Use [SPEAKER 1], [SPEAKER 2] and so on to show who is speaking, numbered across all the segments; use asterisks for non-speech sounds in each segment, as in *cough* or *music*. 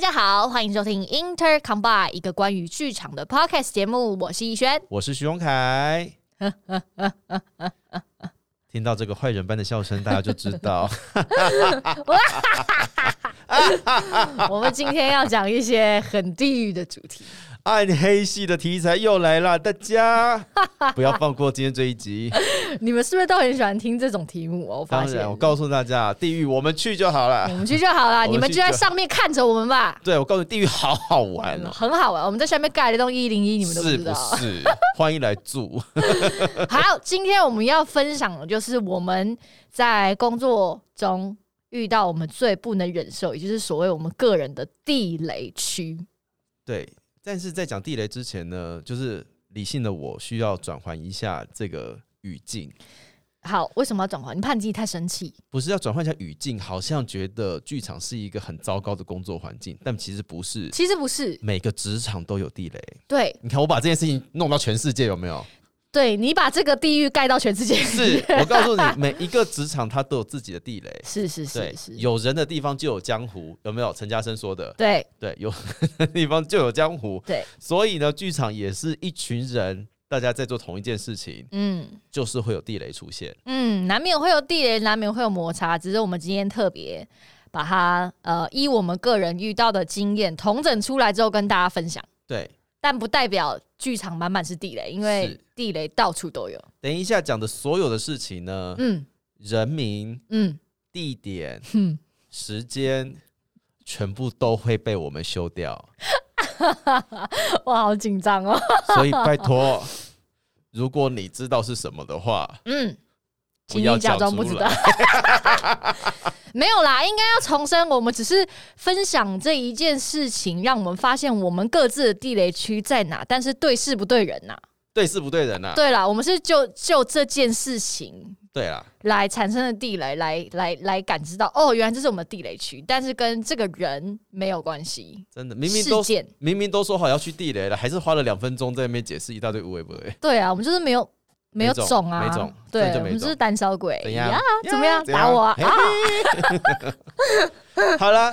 [SPEAKER 1] 家好，欢迎收听 Inter Combine 一个关于剧场的 podcast 节目，我是逸
[SPEAKER 2] *laughs*
[SPEAKER 1] 轩。
[SPEAKER 2] 我是徐
[SPEAKER 1] *laughs*
[SPEAKER 2] 荣凯。听到这个坏人般的笑声，大家就知道 *laughs*
[SPEAKER 1] 我们今天要讲一些很地狱的主
[SPEAKER 2] *laughs*
[SPEAKER 1] 题，
[SPEAKER 2] 暗黑系的题材又来了，大
[SPEAKER 1] *laughs*
[SPEAKER 2] 家不要放过今天这一集。
[SPEAKER 1] 你们是不是都很喜欢听这种题目哦？我发
[SPEAKER 2] 当
[SPEAKER 1] 现
[SPEAKER 2] 然，我告诉大家，地狱我们去就好
[SPEAKER 1] 我
[SPEAKER 2] 了。
[SPEAKER 1] 们去就好了，
[SPEAKER 2] 我们去
[SPEAKER 1] 你们就在
[SPEAKER 2] 就
[SPEAKER 1] 上面看着我们吧。
[SPEAKER 2] 对，我告诉你，地狱好好玩
[SPEAKER 1] 嗯
[SPEAKER 2] 哦，
[SPEAKER 1] 很好玩，我们在下面盖了一栋一零一，你们都不
[SPEAKER 2] 是
[SPEAKER 1] 知
[SPEAKER 2] 不
[SPEAKER 1] 道。
[SPEAKER 2] 是？欢迎来住。
[SPEAKER 1] 好，今天我们要分享的就是我们在工作中遇到我们最不能忍受，也就是所谓我们个人的地雷区。
[SPEAKER 2] 对，但是在讲地雷之前呢，就是理性的我需要转换一下这个语境。
[SPEAKER 1] 好，为什么要转换？你怕你自己太生气？
[SPEAKER 2] 不是要转换一下语境，好像觉得剧场是一个很糟糕的工作环境，但其实不是。
[SPEAKER 1] 其实不是，
[SPEAKER 2] 每个职场都有地雷，
[SPEAKER 1] 对
[SPEAKER 2] 你看我把这件事情弄到全世界有没
[SPEAKER 1] *laughs*
[SPEAKER 2] 有？
[SPEAKER 1] 对，你把这个地狱盖到全世界，
[SPEAKER 2] 是我告诉你，每一个职场它都有自己的地雷。
[SPEAKER 1] *laughs* 是是
[SPEAKER 2] 对
[SPEAKER 1] 是，是，
[SPEAKER 2] 有人的地方就有江湖，有没有？陈嘉生说的，
[SPEAKER 1] 对
[SPEAKER 2] 对，有 *laughs* 人的地方就有江湖。
[SPEAKER 1] 对，
[SPEAKER 2] 所以呢，剧场也是一群人，大家在做同一件事情，
[SPEAKER 1] 嗯
[SPEAKER 2] 就是会有地雷出现。
[SPEAKER 1] 嗯，难免会有地雷，难免会有摩擦，只是我们今天特别把它呃依我们个人遇到的经验统整出来之后跟大家分享，
[SPEAKER 2] 对，
[SPEAKER 1] 但不代表剧场满满是地雷，因为
[SPEAKER 2] 是
[SPEAKER 1] 地雷到处都有。
[SPEAKER 2] 等一下讲的所有的事情呢，
[SPEAKER 1] 嗯
[SPEAKER 2] 人名、
[SPEAKER 1] *laughs* 嗯
[SPEAKER 2] 地点、
[SPEAKER 1] 哼，
[SPEAKER 2] 时间，全部都会被我们修掉。 *laughs*
[SPEAKER 1] 我好紧张哦。
[SPEAKER 2] 所以拜托，如果你知道是什么的话，
[SPEAKER 1] 嗯，
[SPEAKER 2] 不
[SPEAKER 1] 请
[SPEAKER 2] 要
[SPEAKER 1] 你假
[SPEAKER 2] 讲
[SPEAKER 1] 装不
[SPEAKER 2] 出
[SPEAKER 1] 知道
[SPEAKER 2] 来。
[SPEAKER 1] *laughs* 没有啦，应该要重申，我们只是分享这一件事情，让我们发现我们各自的地雷区在哪，但是对事不对人呐、
[SPEAKER 2] 对事不对人呐、啊。
[SPEAKER 1] 对啦，我们是就就这件事情
[SPEAKER 2] 对啦，
[SPEAKER 1] 来产生的地雷，来来来感知到，哦，原来这是我们的地雷区，但是跟这个人没有关系。
[SPEAKER 2] 真的，明明都
[SPEAKER 1] 事件
[SPEAKER 2] 明明都说好要去地雷了，还是花了两分钟在那边解释一大堆无为不为，
[SPEAKER 1] 对啊，我们就是没有没有
[SPEAKER 2] 没种
[SPEAKER 1] 种啊，
[SPEAKER 2] 没种
[SPEAKER 1] 对，
[SPEAKER 2] 真的
[SPEAKER 1] 我
[SPEAKER 2] 就没
[SPEAKER 1] 们就
[SPEAKER 2] 种
[SPEAKER 1] 是胆小鬼
[SPEAKER 2] 怎样哎
[SPEAKER 1] 呀？
[SPEAKER 2] 呀
[SPEAKER 1] 怎么样？打我啊！
[SPEAKER 2] 嘿 *laughs* 好了，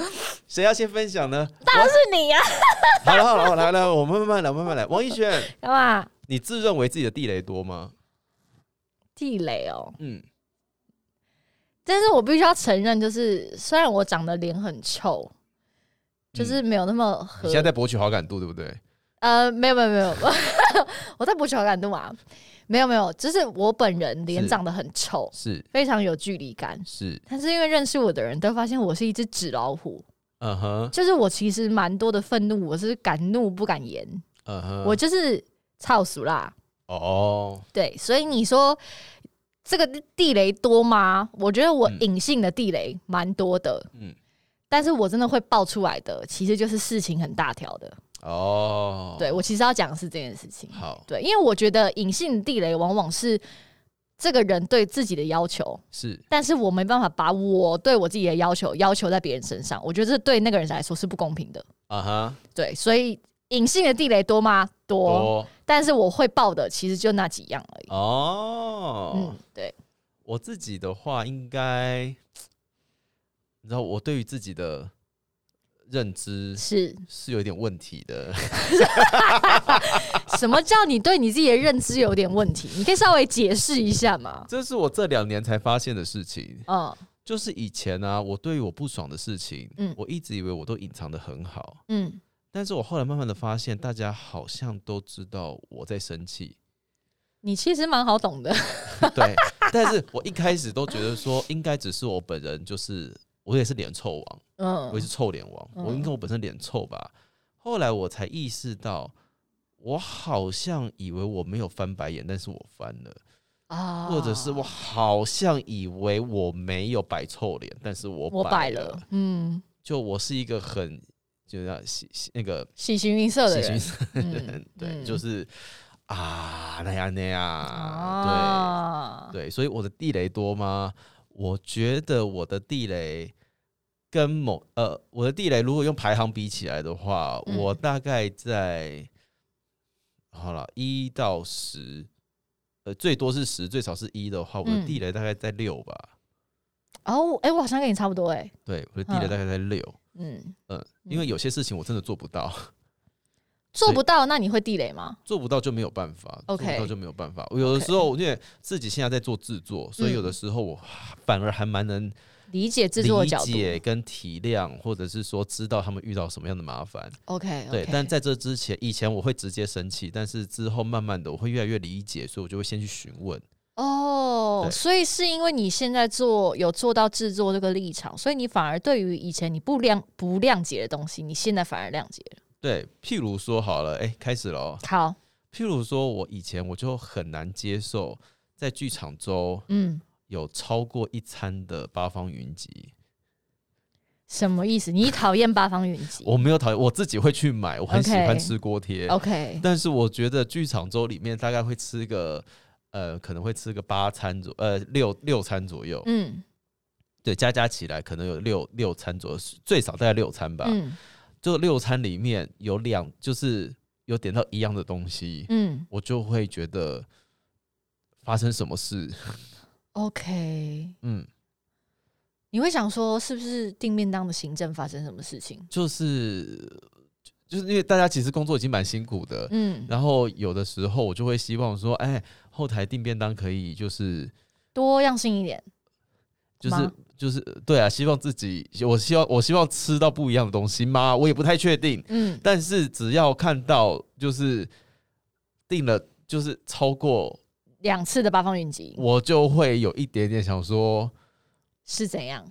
[SPEAKER 2] 谁要先分
[SPEAKER 1] *laughs*
[SPEAKER 2] 享呢？
[SPEAKER 1] 当然是你呀、啊
[SPEAKER 2] 好了好了，好了来来，我们慢慢来，慢慢来。王一轩，
[SPEAKER 1] 干嘛？
[SPEAKER 2] 你自认为自己的地雷多吗？
[SPEAKER 1] 地雷哦，
[SPEAKER 2] 嗯，
[SPEAKER 1] 但是我必须要承认，就是虽然我长得脸很臭，就是没有那么
[SPEAKER 2] 嗯你
[SPEAKER 1] 合
[SPEAKER 2] 现在在博取好感度，对不对？
[SPEAKER 1] 呃，没有没有没有， *laughs* 我在博取好感度嘛，没有没有，就是我本人脸
[SPEAKER 2] 是
[SPEAKER 1] 长得很丑，
[SPEAKER 2] 是
[SPEAKER 1] 非常有距离感。
[SPEAKER 2] 是，
[SPEAKER 1] 但是因为认识我的人都发现我是一只纸老虎，
[SPEAKER 2] 嗯哼
[SPEAKER 1] 就是我其实蛮多的愤怒，我是敢怒不敢言，
[SPEAKER 2] 嗯哼，
[SPEAKER 1] 我就是操俗啦。
[SPEAKER 2] 哦，
[SPEAKER 1] 对，所以你说这个地雷多吗？我觉得我
[SPEAKER 2] 嗯
[SPEAKER 1] 隐性的地雷蛮多的，
[SPEAKER 2] 嗯
[SPEAKER 1] 但是我真的会爆出来的，其实就是事情很大条的。
[SPEAKER 2] 哦，，
[SPEAKER 1] 对我其实要讲的是这件事情。
[SPEAKER 2] 好
[SPEAKER 1] 对，因为我觉得隐性地雷往往是这个人对自己的要求，
[SPEAKER 2] 是
[SPEAKER 1] 但是我没办法把我对我自己的要求要求在别人身上，我觉得这对那个人来说是不公平的。
[SPEAKER 2] 啊哈，
[SPEAKER 1] 对，所以隐性的地雷多吗？多，
[SPEAKER 2] 多
[SPEAKER 1] 但是我会爆的其实就那几样而已。
[SPEAKER 2] 哦，
[SPEAKER 1] 嗯，对，
[SPEAKER 2] 我自己的话，应该，你知道，我对于自己的认知
[SPEAKER 1] 是
[SPEAKER 2] 是有一点问题
[SPEAKER 1] *laughs*
[SPEAKER 2] 的。
[SPEAKER 1] 什么叫你对你自己的认知有点问题？你可以稍微解释一下吗？
[SPEAKER 2] 这是我这两年才发现的事情，
[SPEAKER 1] 嗯
[SPEAKER 2] 就是以前啊，我对于我不爽的事情，
[SPEAKER 1] 嗯
[SPEAKER 2] 我一直以为我都隐藏的很好，
[SPEAKER 1] 嗯，
[SPEAKER 2] 但是我后来慢慢的发现，大家好像都知道我在
[SPEAKER 1] *laughs*
[SPEAKER 2] 生气，
[SPEAKER 1] 你其实蛮好懂的。
[SPEAKER 2] 对，但是我一开始都觉得说，应该只是我本人就是。我也是脸臭王，
[SPEAKER 1] 嗯
[SPEAKER 2] 我也是臭脸王，我应该我本身脸臭吧。后来我才意识到，我好像以为我没有翻白眼，但是我翻了，
[SPEAKER 1] 啊
[SPEAKER 2] 或者是我好像以为我没有摆臭脸，但是我
[SPEAKER 1] 我摆
[SPEAKER 2] 摆
[SPEAKER 1] 了，嗯，
[SPEAKER 2] 就我是一个很就是那喜喜那个
[SPEAKER 1] 喜形于色的
[SPEAKER 2] 喜
[SPEAKER 1] 人
[SPEAKER 2] 形于色的人，
[SPEAKER 1] 嗯
[SPEAKER 2] 对，
[SPEAKER 1] 嗯
[SPEAKER 2] 就是啊那样那样，
[SPEAKER 1] 啊，
[SPEAKER 2] 对对，所以我的地雷多吗？我觉得我的地雷跟某呃，我的地雷如果用排行比起来的话，
[SPEAKER 1] 嗯
[SPEAKER 2] 我大概在好了一到十，呃，最多是十，最少是一的话，我的
[SPEAKER 1] 嗯
[SPEAKER 2] 地雷大概在六吧。
[SPEAKER 1] 哦，哎、我好像跟你差不多哎、
[SPEAKER 2] 对，我的地雷大概在六，
[SPEAKER 1] 嗯，
[SPEAKER 2] 嗯，因为有些事情我真的做不到， *laughs*
[SPEAKER 1] 做不到，那你会地雷吗？
[SPEAKER 2] 做不到就没有办法
[SPEAKER 1] OK
[SPEAKER 2] 做不到就没有办法。我有的
[SPEAKER 1] OK
[SPEAKER 2] 时候因为自己现在在做制作，所
[SPEAKER 1] 嗯
[SPEAKER 2] 以有的时候我反而还蛮能
[SPEAKER 1] 理解制作的
[SPEAKER 2] 理
[SPEAKER 1] 角度
[SPEAKER 2] 解跟体谅，或者是说知道他们遇到什么样的麻烦。
[SPEAKER 1] ，OK，
[SPEAKER 2] 对，但在这之前，以前我会直接生气，但是之后慢慢的我会越来越理解，所以我就会先去询问。
[SPEAKER 1] 哦，
[SPEAKER 2] 对
[SPEAKER 1] 所以是因为你现在做有做到制作这个立场，所以你反而对于以前你不谅不谅解的东西，你现在反而谅解了。
[SPEAKER 2] 对，譬如说好了，哎、开始了哦。
[SPEAKER 1] 好，
[SPEAKER 2] 譬如说我以前我就很难接受在剧场周
[SPEAKER 1] 嗯，
[SPEAKER 2] 有超过一餐的八方云集，
[SPEAKER 1] 什么意思？你讨厌八方云集
[SPEAKER 2] 我没有讨厌，我自己会去买，我很喜
[SPEAKER 1] OK
[SPEAKER 2] 欢吃锅贴。
[SPEAKER 1] ？OK，
[SPEAKER 2] 但是我觉得剧场周里面大概会吃个，呃，可能会吃个八餐左，呃，六六餐左右，
[SPEAKER 1] 嗯
[SPEAKER 2] 对，加加起来可能有六六餐左右，最少大概六餐吧。
[SPEAKER 1] 嗯
[SPEAKER 2] 就六餐里面有两，就是有点到一样的东西，
[SPEAKER 1] 嗯
[SPEAKER 2] 我就会觉得发生什么事，
[SPEAKER 1] ，OK，
[SPEAKER 2] 嗯，
[SPEAKER 1] 你会想说是不是订便当的行政发生什么事情？
[SPEAKER 2] 就是就是因为大家其实工作已经蛮辛苦的，
[SPEAKER 1] 嗯，
[SPEAKER 2] 然后有的时候我就会希望说，哎，后台订便当可以就是
[SPEAKER 1] 多样性一点。
[SPEAKER 2] 就是
[SPEAKER 1] 吗
[SPEAKER 2] 就是对啊，希望自己我希望我希望吃到不一样的东西吗？我也不太确定，
[SPEAKER 1] 嗯，
[SPEAKER 2] 但是只要看到就是订了就是超过，
[SPEAKER 1] 两次的八方云集
[SPEAKER 2] 我就会有一点点想说。
[SPEAKER 1] 是怎样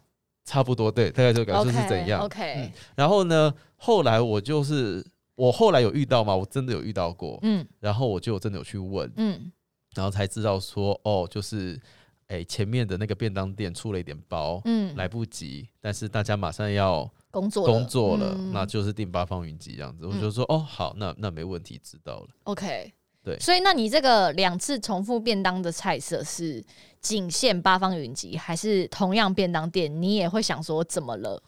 [SPEAKER 2] 差不多，对，大概这个感觉
[SPEAKER 1] OK，
[SPEAKER 2] 就是怎样。
[SPEAKER 1] ？OK，
[SPEAKER 2] 然后呢，后来我就是我后来有遇到嘛，我真的有遇到过，
[SPEAKER 1] 嗯
[SPEAKER 2] 然后我就有真的有去问，
[SPEAKER 1] 嗯
[SPEAKER 2] 然后才知道说，哦，就是哎、前面的那个便当店出了一点包。
[SPEAKER 1] 嗯，
[SPEAKER 2] 来不及，但是大家马上要
[SPEAKER 1] 工作了
[SPEAKER 2] 工作了，
[SPEAKER 1] 嗯
[SPEAKER 2] 那就是订八方云集这样子。我就说、哦，好，那那没问题，知道了。
[SPEAKER 1] OK，
[SPEAKER 2] 对
[SPEAKER 1] 所以那你这个两次重复便当的菜色是仅限八方云集，还是同样便当店你也会想说怎么了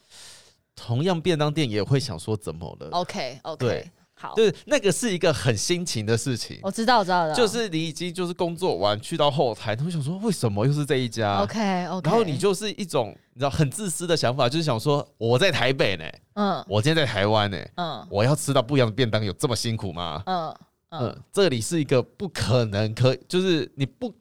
[SPEAKER 2] 同样便当店也会想说怎么了，
[SPEAKER 1] ？OK OK，
[SPEAKER 2] 对
[SPEAKER 1] 好，
[SPEAKER 2] 对，那个是一个很新奇的事情，
[SPEAKER 1] 我知道我知道了，
[SPEAKER 2] 就是你已经就是工作完去到后台，他们想说为什么又是这一家
[SPEAKER 1] OK OK，
[SPEAKER 2] 啊然后你就是一种你知道很自私的想法，就是想说我在台北呢，
[SPEAKER 1] 嗯
[SPEAKER 2] 我今天在台湾呢，
[SPEAKER 1] 嗯
[SPEAKER 2] 我要吃到不一样的便当有这么辛苦吗？
[SPEAKER 1] 嗯嗯
[SPEAKER 2] 嗯，这里是一个不可能可就是你不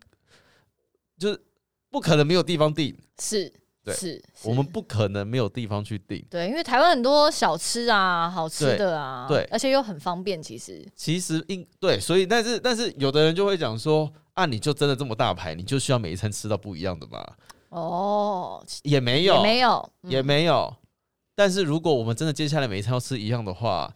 [SPEAKER 2] 就是不可能没有地方订，
[SPEAKER 1] 是
[SPEAKER 2] 对
[SPEAKER 1] 是，是
[SPEAKER 2] 我们不可能没有地方去订。
[SPEAKER 1] 对，因为台湾很多小吃啊，好吃的啊，
[SPEAKER 2] 对对
[SPEAKER 1] 而且又很方便，其实
[SPEAKER 2] 其实应对，所以但是但是有的人就会讲说啊，你就真的这么大牌，你就需要每一餐吃到不一样的吗？
[SPEAKER 1] 哦，
[SPEAKER 2] 也没有，
[SPEAKER 1] 也没有，嗯
[SPEAKER 2] 也没有。但是如果我们真的接下来每一餐要吃一样的话，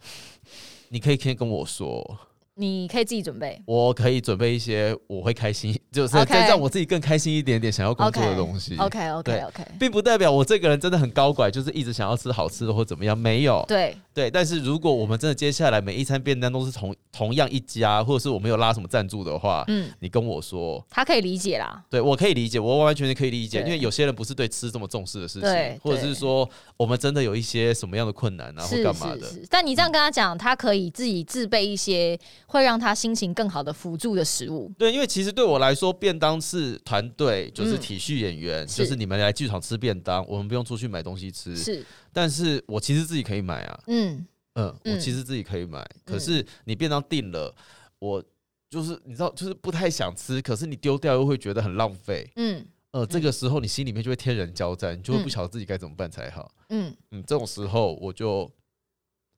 [SPEAKER 2] 你可以先跟我说，
[SPEAKER 1] 你可以自己准备。
[SPEAKER 2] 我可以准备一些我会开心，就是
[SPEAKER 1] OK
[SPEAKER 2] 再让我自己更开心一点点想要工作
[SPEAKER 1] OK，
[SPEAKER 2] 的东西。
[SPEAKER 1] OK OK
[SPEAKER 2] 对
[SPEAKER 1] OK，
[SPEAKER 2] 并不代表我这个人真的很高拐，就是一直想要吃好吃的或怎么样，没有。
[SPEAKER 1] 对，
[SPEAKER 2] 对，但是如果我们真的接下来每一餐便当都是同同样一家，或者是我没有拉什么赞助的话，
[SPEAKER 1] 嗯，
[SPEAKER 2] 你跟我说，
[SPEAKER 1] 他可以理解啦，
[SPEAKER 2] 对我可以理解，我完完全全可以理解，
[SPEAKER 1] 对
[SPEAKER 2] 因为有些人不是对吃这么重视的事
[SPEAKER 1] 对
[SPEAKER 2] 情，或者
[SPEAKER 1] 对
[SPEAKER 2] 是说我们真的有一些什么样的困难啊，或
[SPEAKER 1] 是
[SPEAKER 2] 干嘛
[SPEAKER 1] 是
[SPEAKER 2] 的，嗯
[SPEAKER 1] 是，但你这样跟他讲，他可以自己自备一些会让他心情更好的辅助的食物。
[SPEAKER 2] 对，因为其实对我来说，便当是团队，就是体恤演员，
[SPEAKER 1] 嗯是
[SPEAKER 2] 就是你们来剧场吃便当，我们不用出去买东西吃。
[SPEAKER 1] 是，
[SPEAKER 2] 但是我其实自己可以买啊，
[SPEAKER 1] 嗯，
[SPEAKER 2] 嗯，
[SPEAKER 1] 嗯
[SPEAKER 2] 我其实自己可以买。可是你便当定了，我就是你知道，就是不太想吃，可是你丢掉又会觉得很浪费。
[SPEAKER 1] 嗯
[SPEAKER 2] 呃，这个时候你心里面就会天人交战，你就会
[SPEAKER 1] 嗯
[SPEAKER 2] 不晓得自己该怎么办才好。
[SPEAKER 1] 嗯，
[SPEAKER 2] 嗯，这种时候我就，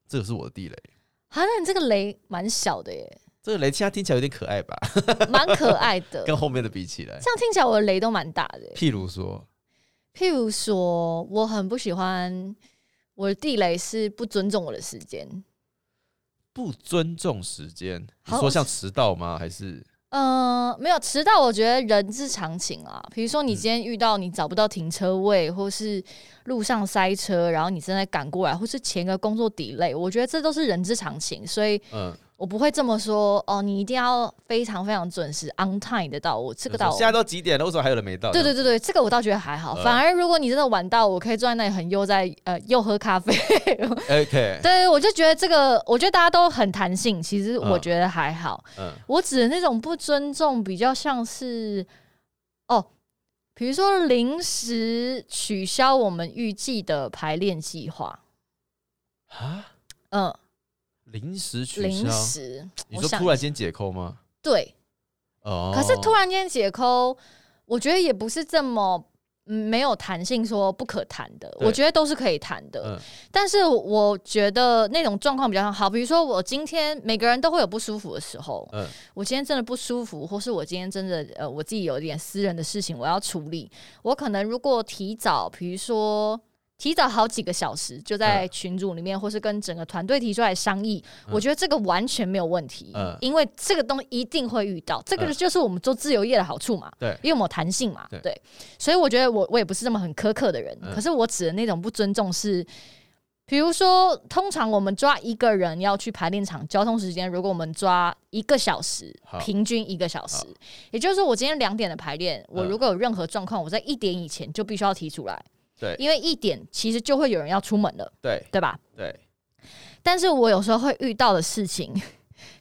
[SPEAKER 2] 这个是我的地雷。
[SPEAKER 1] 啊，那你这个雷蛮小的耶，
[SPEAKER 2] 这个雷现在听起来有点可爱吧， *laughs*
[SPEAKER 1] 蛮可爱的。
[SPEAKER 2] 跟后面的比起来。
[SPEAKER 1] 这样听起来，我的雷都蛮大的耶。
[SPEAKER 2] 譬如说，
[SPEAKER 1] 譬如说，我很不喜欢我的地雷是不尊重我的时间。
[SPEAKER 2] 不尊重时间，你
[SPEAKER 1] 好
[SPEAKER 2] 说像迟到吗？还是
[SPEAKER 1] 嗯，没有迟到，我觉得人之常情啊。比如说，
[SPEAKER 2] 嗯
[SPEAKER 1] 你今天遇到你找不到停车位，或是路上塞车，然后你正在赶过来，或是前一个工作 delay，我觉得这都是人之常情，所以
[SPEAKER 2] 嗯，
[SPEAKER 1] 我不会这么说哦，你一定要非常非常准时 on time 的到。我这个
[SPEAKER 2] 就说
[SPEAKER 1] 到，
[SPEAKER 2] 现在都几点了，为什么还有人没到？
[SPEAKER 1] 对对对对，这个我倒觉得还好。
[SPEAKER 2] 呃
[SPEAKER 1] 反而如果你真的晚到，我可以坐在那里很悠哉，呃，又喝咖啡。
[SPEAKER 2] 对，OK，
[SPEAKER 1] 对，我就觉得这个，我觉得大家都很弹性，其实我
[SPEAKER 2] 嗯
[SPEAKER 1] 觉得还好。
[SPEAKER 2] 嗯，
[SPEAKER 1] 我指的那种不尊重，比较像是哦，比如说临时取消我们预计的排练计划，
[SPEAKER 2] 啊，
[SPEAKER 1] 嗯，
[SPEAKER 2] 临时取
[SPEAKER 1] 临
[SPEAKER 2] 消？
[SPEAKER 1] 时，
[SPEAKER 2] 你
[SPEAKER 1] 我
[SPEAKER 2] 说
[SPEAKER 1] 想
[SPEAKER 2] 突
[SPEAKER 1] 一
[SPEAKER 2] 然
[SPEAKER 1] 下
[SPEAKER 2] 间解扣吗？
[SPEAKER 1] 对，
[SPEAKER 2] 哦，
[SPEAKER 1] 可是突然间解扣，我觉得也不是这么嗯没有弹性，说不可弹的，
[SPEAKER 2] 对
[SPEAKER 1] 我觉得都是可以弹的。
[SPEAKER 2] 嗯
[SPEAKER 1] 但是我觉得那种状况比较好，比如说我今天每个人都会有不舒服的时候，
[SPEAKER 2] 嗯
[SPEAKER 1] 我今天真的不舒服，或是我今天真的呃我自己有一点私人的事情我要处理，我可能如果提早，比如说。提早好几个小时就在群组里面，或是跟整个团队提出来商议，
[SPEAKER 2] 嗯
[SPEAKER 1] 我觉得这个完全没有问题，
[SPEAKER 2] 嗯
[SPEAKER 1] 因为这个东西一定会遇到，这个
[SPEAKER 2] 嗯
[SPEAKER 1] 就是我们做自由业的好处嘛，
[SPEAKER 2] 对
[SPEAKER 1] 因为我们有弹性嘛，
[SPEAKER 2] 对
[SPEAKER 1] 对，所以我觉得我我也不是这么很苛刻的人，
[SPEAKER 2] 嗯
[SPEAKER 1] 可是我指的那种不尊重是。比如说，通常我们抓一个人要去排练场，交通时间如果我们抓一个小时
[SPEAKER 2] 好，
[SPEAKER 1] 平均一个小时
[SPEAKER 2] 好，
[SPEAKER 1] 也就是说，我今天两点的排练，我
[SPEAKER 2] 嗯
[SPEAKER 1] 如果有任何状况，我在一点以前就必须要提出来，
[SPEAKER 2] 对
[SPEAKER 1] 因为一点其实就会有人要出门了，
[SPEAKER 2] 对
[SPEAKER 1] 对吧？
[SPEAKER 2] 对，
[SPEAKER 1] 但是我有时候会遇到的事情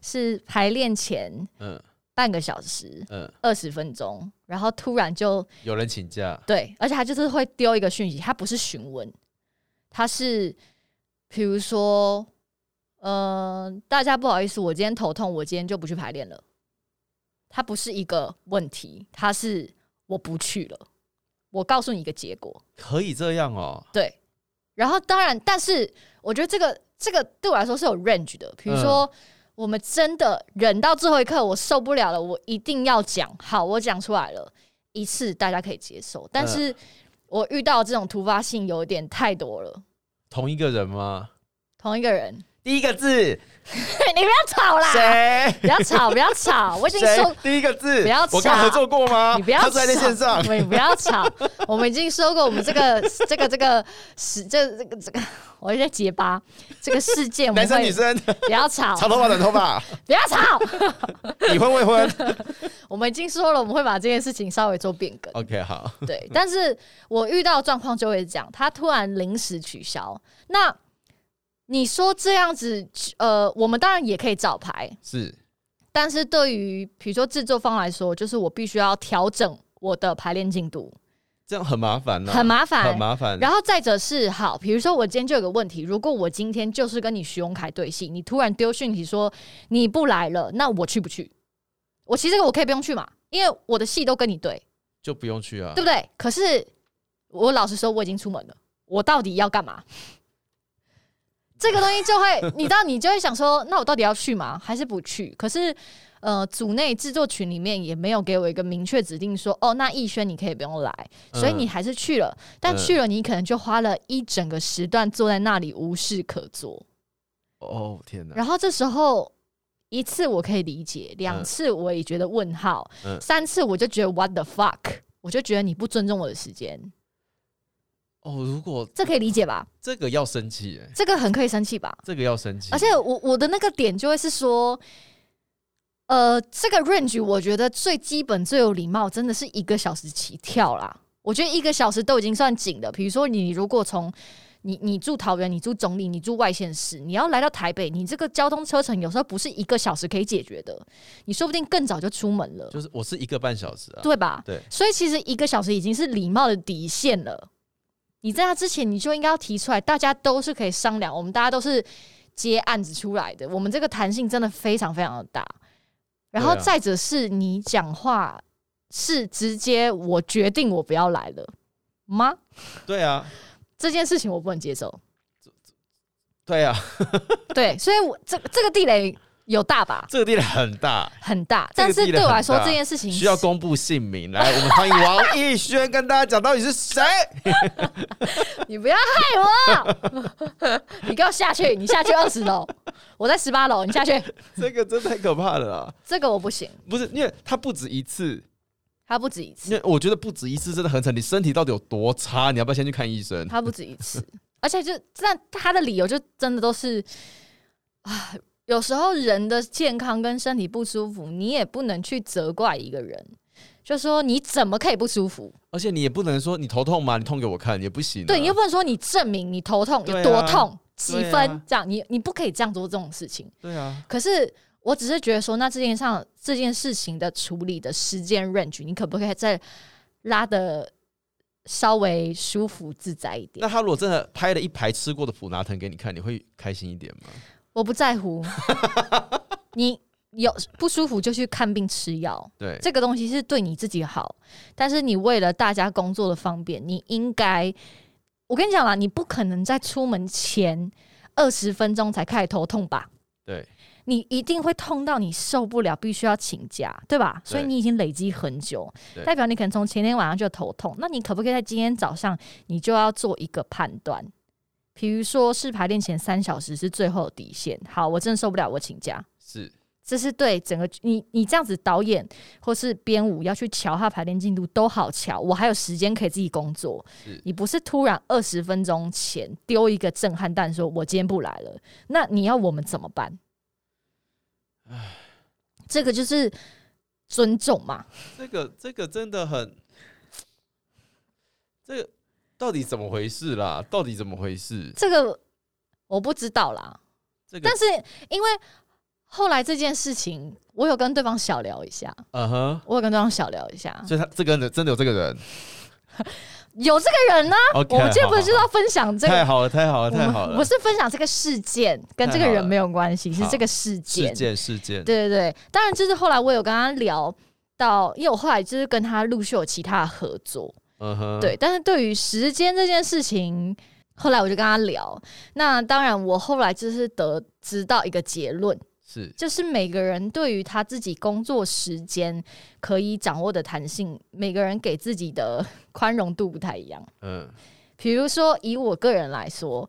[SPEAKER 1] 是排练前
[SPEAKER 2] 嗯
[SPEAKER 1] 半个小时、
[SPEAKER 2] 嗯，
[SPEAKER 1] 二十分钟，然后突然就
[SPEAKER 2] 有人请假，
[SPEAKER 1] 对，而且他就是会丢一个讯息，他不是询问，他是比如说，呃，大家不好意思，我今天头痛，我今天就不去排练了。他不是一个问题，他是我不去了。我告诉你一个结果，
[SPEAKER 2] 可以这样哦，
[SPEAKER 1] 对，然后当然，但是我觉得这个这个对我来说是有 range 的，
[SPEAKER 2] 嗯
[SPEAKER 1] 比如说。我们真的忍到最后一刻，我受不了了，我一定要讲。好，我讲出来了，一次大家可以接受。
[SPEAKER 2] 嗯
[SPEAKER 1] 但是我遇到这种突发性有点太多了，
[SPEAKER 2] 同一个人吗？
[SPEAKER 1] 同一个人， *laughs*
[SPEAKER 2] 第一个字
[SPEAKER 1] 你不要吵啦，
[SPEAKER 2] 谁？
[SPEAKER 1] 不要吵，不要吵，我已经
[SPEAKER 2] 谁
[SPEAKER 1] 说，？
[SPEAKER 2] 第一个字，
[SPEAKER 1] 不要
[SPEAKER 2] 我刚
[SPEAKER 1] 吵
[SPEAKER 2] 合作过吗？
[SPEAKER 1] 你不要
[SPEAKER 2] 他在那线上
[SPEAKER 1] 吵，，你不要吵，我们已经说过，我们这个这个这个是这这个这个，我在结巴，这个事件我们
[SPEAKER 2] 男生
[SPEAKER 1] 会
[SPEAKER 2] 女生，
[SPEAKER 1] 不要吵，
[SPEAKER 2] 长头发短头发，
[SPEAKER 1] *laughs* 不要吵！
[SPEAKER 2] 已婚未婚。
[SPEAKER 1] 我们已经说了，我们会把这件事情稍微做变
[SPEAKER 2] *laughs*
[SPEAKER 1] 更。
[SPEAKER 2] OK，好，
[SPEAKER 1] 对，但是我遇到的状况就会这样，他突然临时取消。那你说这样子，呃，我们当然也可以找牌，
[SPEAKER 2] 是
[SPEAKER 1] 但是对于比如说制作方来说，就是我必须要调整我的排练进度，
[SPEAKER 2] 这样很麻烦呢，啊
[SPEAKER 1] 很麻
[SPEAKER 2] 很
[SPEAKER 1] 烦。
[SPEAKER 2] 麻烦。啊
[SPEAKER 1] 然后再者是好，比如说我今天就有个问题，如果我今天就是跟你徐永凯对戏，你突然丢讯息说你不来了，那我去不去？我其实我可以不用去嘛，因为我的戏都跟你对，
[SPEAKER 2] 就不用去啊，
[SPEAKER 1] 对不对？可是我老实说，我已经出门了，我到底要干嘛？ *laughs* 这个东西就会，你知道，你就会想说，那我到底要去吗？ *laughs* 还是不去？可是，呃，组内制作群里面也没有给我一个明确指定说，哦，那逸轩你可以不用来，所以你还是去了。但
[SPEAKER 2] 嗯
[SPEAKER 1] 去了，你可能就花了一整个时段坐在那里无事可做。
[SPEAKER 2] 哦天哪，
[SPEAKER 1] 然后这时候一次我可以理解，两
[SPEAKER 2] 嗯
[SPEAKER 1] 次我也觉得问号，
[SPEAKER 2] 嗯
[SPEAKER 1] 三次我就觉得 what the fuck，我就觉得你不尊重我的时间，
[SPEAKER 2] 哦，如果
[SPEAKER 1] 这可以理解吧？
[SPEAKER 2] 这个要生气，哎，
[SPEAKER 1] 这个很可以生气吧？
[SPEAKER 2] 这个要生气，
[SPEAKER 1] 而且我我的那个点就会是说。呃，这个 range 我觉得最基本、最有礼貌，真的是一个小时起跳啦。我觉得一个小时都已经算紧的。比如说，你如果从你你住桃园，你住中立，你住外县市，你要来到台北，你这个交通车程有时候不是一个小时可以解决的，你说不定更早就出门了，
[SPEAKER 2] 就是我是一个半小时啊，
[SPEAKER 1] 对吧？
[SPEAKER 2] 对，
[SPEAKER 1] 所以其实一个小时已经是礼貌的底线了。你在那之前，你就应该要提出来，大家都是可以商量，我们大家都是接案子出来的，我们这个弹性真的非常非常的大。然后
[SPEAKER 2] 对啊
[SPEAKER 1] 再者是你讲话是直接我决定我不要来了吗？
[SPEAKER 2] 对啊，
[SPEAKER 1] 这件事情我不能接受。
[SPEAKER 2] 对啊，
[SPEAKER 1] 对，所以我这这个地雷有大吧，
[SPEAKER 2] 这个地雷很大，
[SPEAKER 1] 很大。
[SPEAKER 2] 这
[SPEAKER 1] 但
[SPEAKER 2] 个
[SPEAKER 1] 是
[SPEAKER 2] 地
[SPEAKER 1] 对
[SPEAKER 2] 雷
[SPEAKER 1] 我
[SPEAKER 2] 很
[SPEAKER 1] 来说，
[SPEAKER 2] 大
[SPEAKER 1] 这件事情
[SPEAKER 2] 需要
[SPEAKER 1] 是
[SPEAKER 2] 公布姓名。来，我们欢迎王艺轩跟大家讲到底是谁。
[SPEAKER 1] *laughs* 你不要害我！你给我 *laughs* 下去，你下去二十楼，我在十八楼，你下去。
[SPEAKER 2] 这个真的太可怕了啊！
[SPEAKER 1] 这个我不行，
[SPEAKER 2] 不是，因为他不止一次，
[SPEAKER 1] 他不止一
[SPEAKER 2] 因
[SPEAKER 1] 次，
[SPEAKER 2] 为我觉得不止一次真的很惨。你身体到底有多差？你要不要先去看医生？
[SPEAKER 1] 他不止一次，而且就但他的理由就真的都是啊，有时候人的健康跟身体不舒服，你也不能去责怪一个人，就说你怎么可以不舒服？
[SPEAKER 2] 而且你也不能说你头痛吗？你痛给我看也不行啊、
[SPEAKER 1] 对你又不能说你证明你头痛有
[SPEAKER 2] 对啊
[SPEAKER 1] 多痛、几
[SPEAKER 2] 对啊
[SPEAKER 1] 分这样，你你不可以这样做这种事情。
[SPEAKER 2] 对啊，
[SPEAKER 1] 可是我只是觉得说，那这件上这件事情的处理的时间 range，你可不可以再拉的稍微舒服自在一
[SPEAKER 2] 那 *laughs*
[SPEAKER 1] 点。
[SPEAKER 2] 他如果真的拍了一排吃过的普拿藤给你看，你会开心一点吗？
[SPEAKER 1] 我不在乎，你有不舒服就去看病吃药，
[SPEAKER 2] 对，
[SPEAKER 1] 这个东西是对你自己好，但是你为了大家工作的方便，你应该，我跟你讲啦，你不可能在出门前二十分钟才开始头痛吧？
[SPEAKER 2] 对，
[SPEAKER 1] 你一定会痛到你受不了，必须要请假，对吧？
[SPEAKER 2] 对
[SPEAKER 1] 所以你已经累积很久
[SPEAKER 2] 对，
[SPEAKER 1] 代表你可能从前天晚上就头痛。那你可不可以在今天早上，你就要做一个判断？比如说是排练前三小时是最后的底线，好，我真的受不了，我请假。
[SPEAKER 2] 是
[SPEAKER 1] 这是对整个你你这样子导演或是编舞要去瞧他排练进度都好瞧，我还有时间可以自己工作
[SPEAKER 2] 是。
[SPEAKER 1] 你不是突然二十分钟前丢一个震撼弹说“我今天不来了”，那你要我们怎么办？这个就是尊重
[SPEAKER 2] *laughs*
[SPEAKER 1] 嘛。
[SPEAKER 2] 这个这个真的很，这个到底怎么回事啦？到底怎么回事？
[SPEAKER 1] 这个我不知道啦，
[SPEAKER 2] 这个
[SPEAKER 1] 但是因为后来这件事情，我有跟对方小聊一下，
[SPEAKER 2] 嗯哼，
[SPEAKER 1] 我有跟对方小聊一下，
[SPEAKER 2] 所以他这个人真的有这个人。
[SPEAKER 1] 有这个人呢、
[SPEAKER 2] OK，
[SPEAKER 1] 啊我们今天
[SPEAKER 2] *laughs* 好
[SPEAKER 1] 不是
[SPEAKER 2] 好
[SPEAKER 1] 要分享这个
[SPEAKER 2] 太好了，太好
[SPEAKER 1] 我
[SPEAKER 2] 了，哦太
[SPEAKER 1] 们
[SPEAKER 2] 好了！
[SPEAKER 1] 不是分享这个事件，跟这个人没有关系，是这个事
[SPEAKER 2] 事
[SPEAKER 1] 件。
[SPEAKER 2] 件事件，
[SPEAKER 1] 对对对，当然就是后来我有跟他聊到，因为我后来就是跟他陆续有其他的合作，
[SPEAKER 2] 嗯哼，
[SPEAKER 1] 对。但是对于时间这件事情，后来我就跟他聊。那当然，我后来就是得知到一个结论，
[SPEAKER 2] 是
[SPEAKER 1] 就是每个人对于他自己工作时间可以掌握的弹性，每个人给自己的宽容度不太一样。
[SPEAKER 2] 嗯
[SPEAKER 1] 比如说，以我个人来说，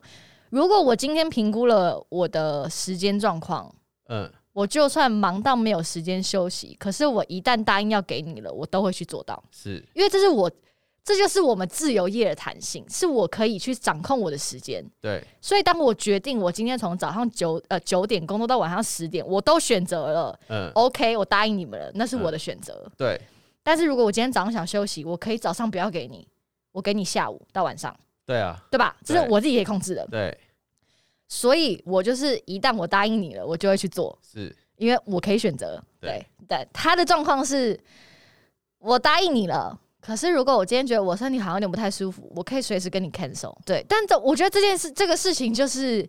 [SPEAKER 1] 如果我今天评估了我的时间状况，
[SPEAKER 2] 嗯，
[SPEAKER 1] 我就算忙到没有时间休息，可是我一旦答应要给你了，我都会去做到，
[SPEAKER 2] 是
[SPEAKER 1] 因为这是我，这就是我们自由业的弹性，是我可以去掌控我的时间。
[SPEAKER 2] 对，
[SPEAKER 1] 所以，当我决定我今天从早上九呃九点工作到晚上十点，我都选择了
[SPEAKER 2] 嗯
[SPEAKER 1] OK，我答应你们了，那是我的选择。
[SPEAKER 2] 对，
[SPEAKER 1] 但是如果我今天早上想休息，我可以早上不要给你，我给你下午到晚上，
[SPEAKER 2] 对啊，
[SPEAKER 1] 对吧？这是
[SPEAKER 2] 对
[SPEAKER 1] 我自己可以控制的。
[SPEAKER 2] 对，
[SPEAKER 1] 所以我就是一旦我答应你了，我就会去做，
[SPEAKER 2] 是
[SPEAKER 1] 因为我可以选择。
[SPEAKER 2] 对
[SPEAKER 1] 对，但他的状况是，我答应你了，可是如果我今天觉得我身体好像有点不太舒服，我可以随时跟你 cancel。对，但这我觉得这件事这个事情就是。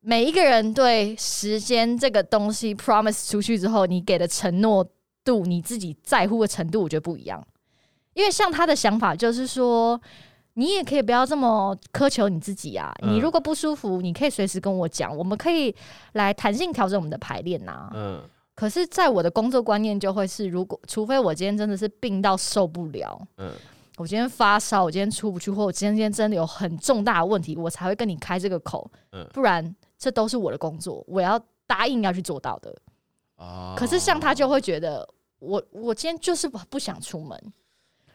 [SPEAKER 1] 每一个人对时间这个东西 promise 出去之后，你给的承诺度，你自己在乎的程度，我觉得不一样。因为像他的想法就是说，你也可以不要这么苛求你自己啊。
[SPEAKER 2] 嗯
[SPEAKER 1] 你如果不舒服，你可以随时跟我讲，我们可以来弹性调整我们的排练呐、
[SPEAKER 2] 嗯
[SPEAKER 1] 可是，在我的工作观念就会是，如果除非我今天真的是病到受不了，
[SPEAKER 2] 嗯
[SPEAKER 1] 我今天发烧，我今天出不去，或我今天真的有很重大的问题，我才会跟你开这个口。
[SPEAKER 2] 嗯
[SPEAKER 1] 不然，这都是我的工作，我要答应要去做到的。
[SPEAKER 2] 啊
[SPEAKER 1] 可是，像他就会觉得，我我今天就是不想出门，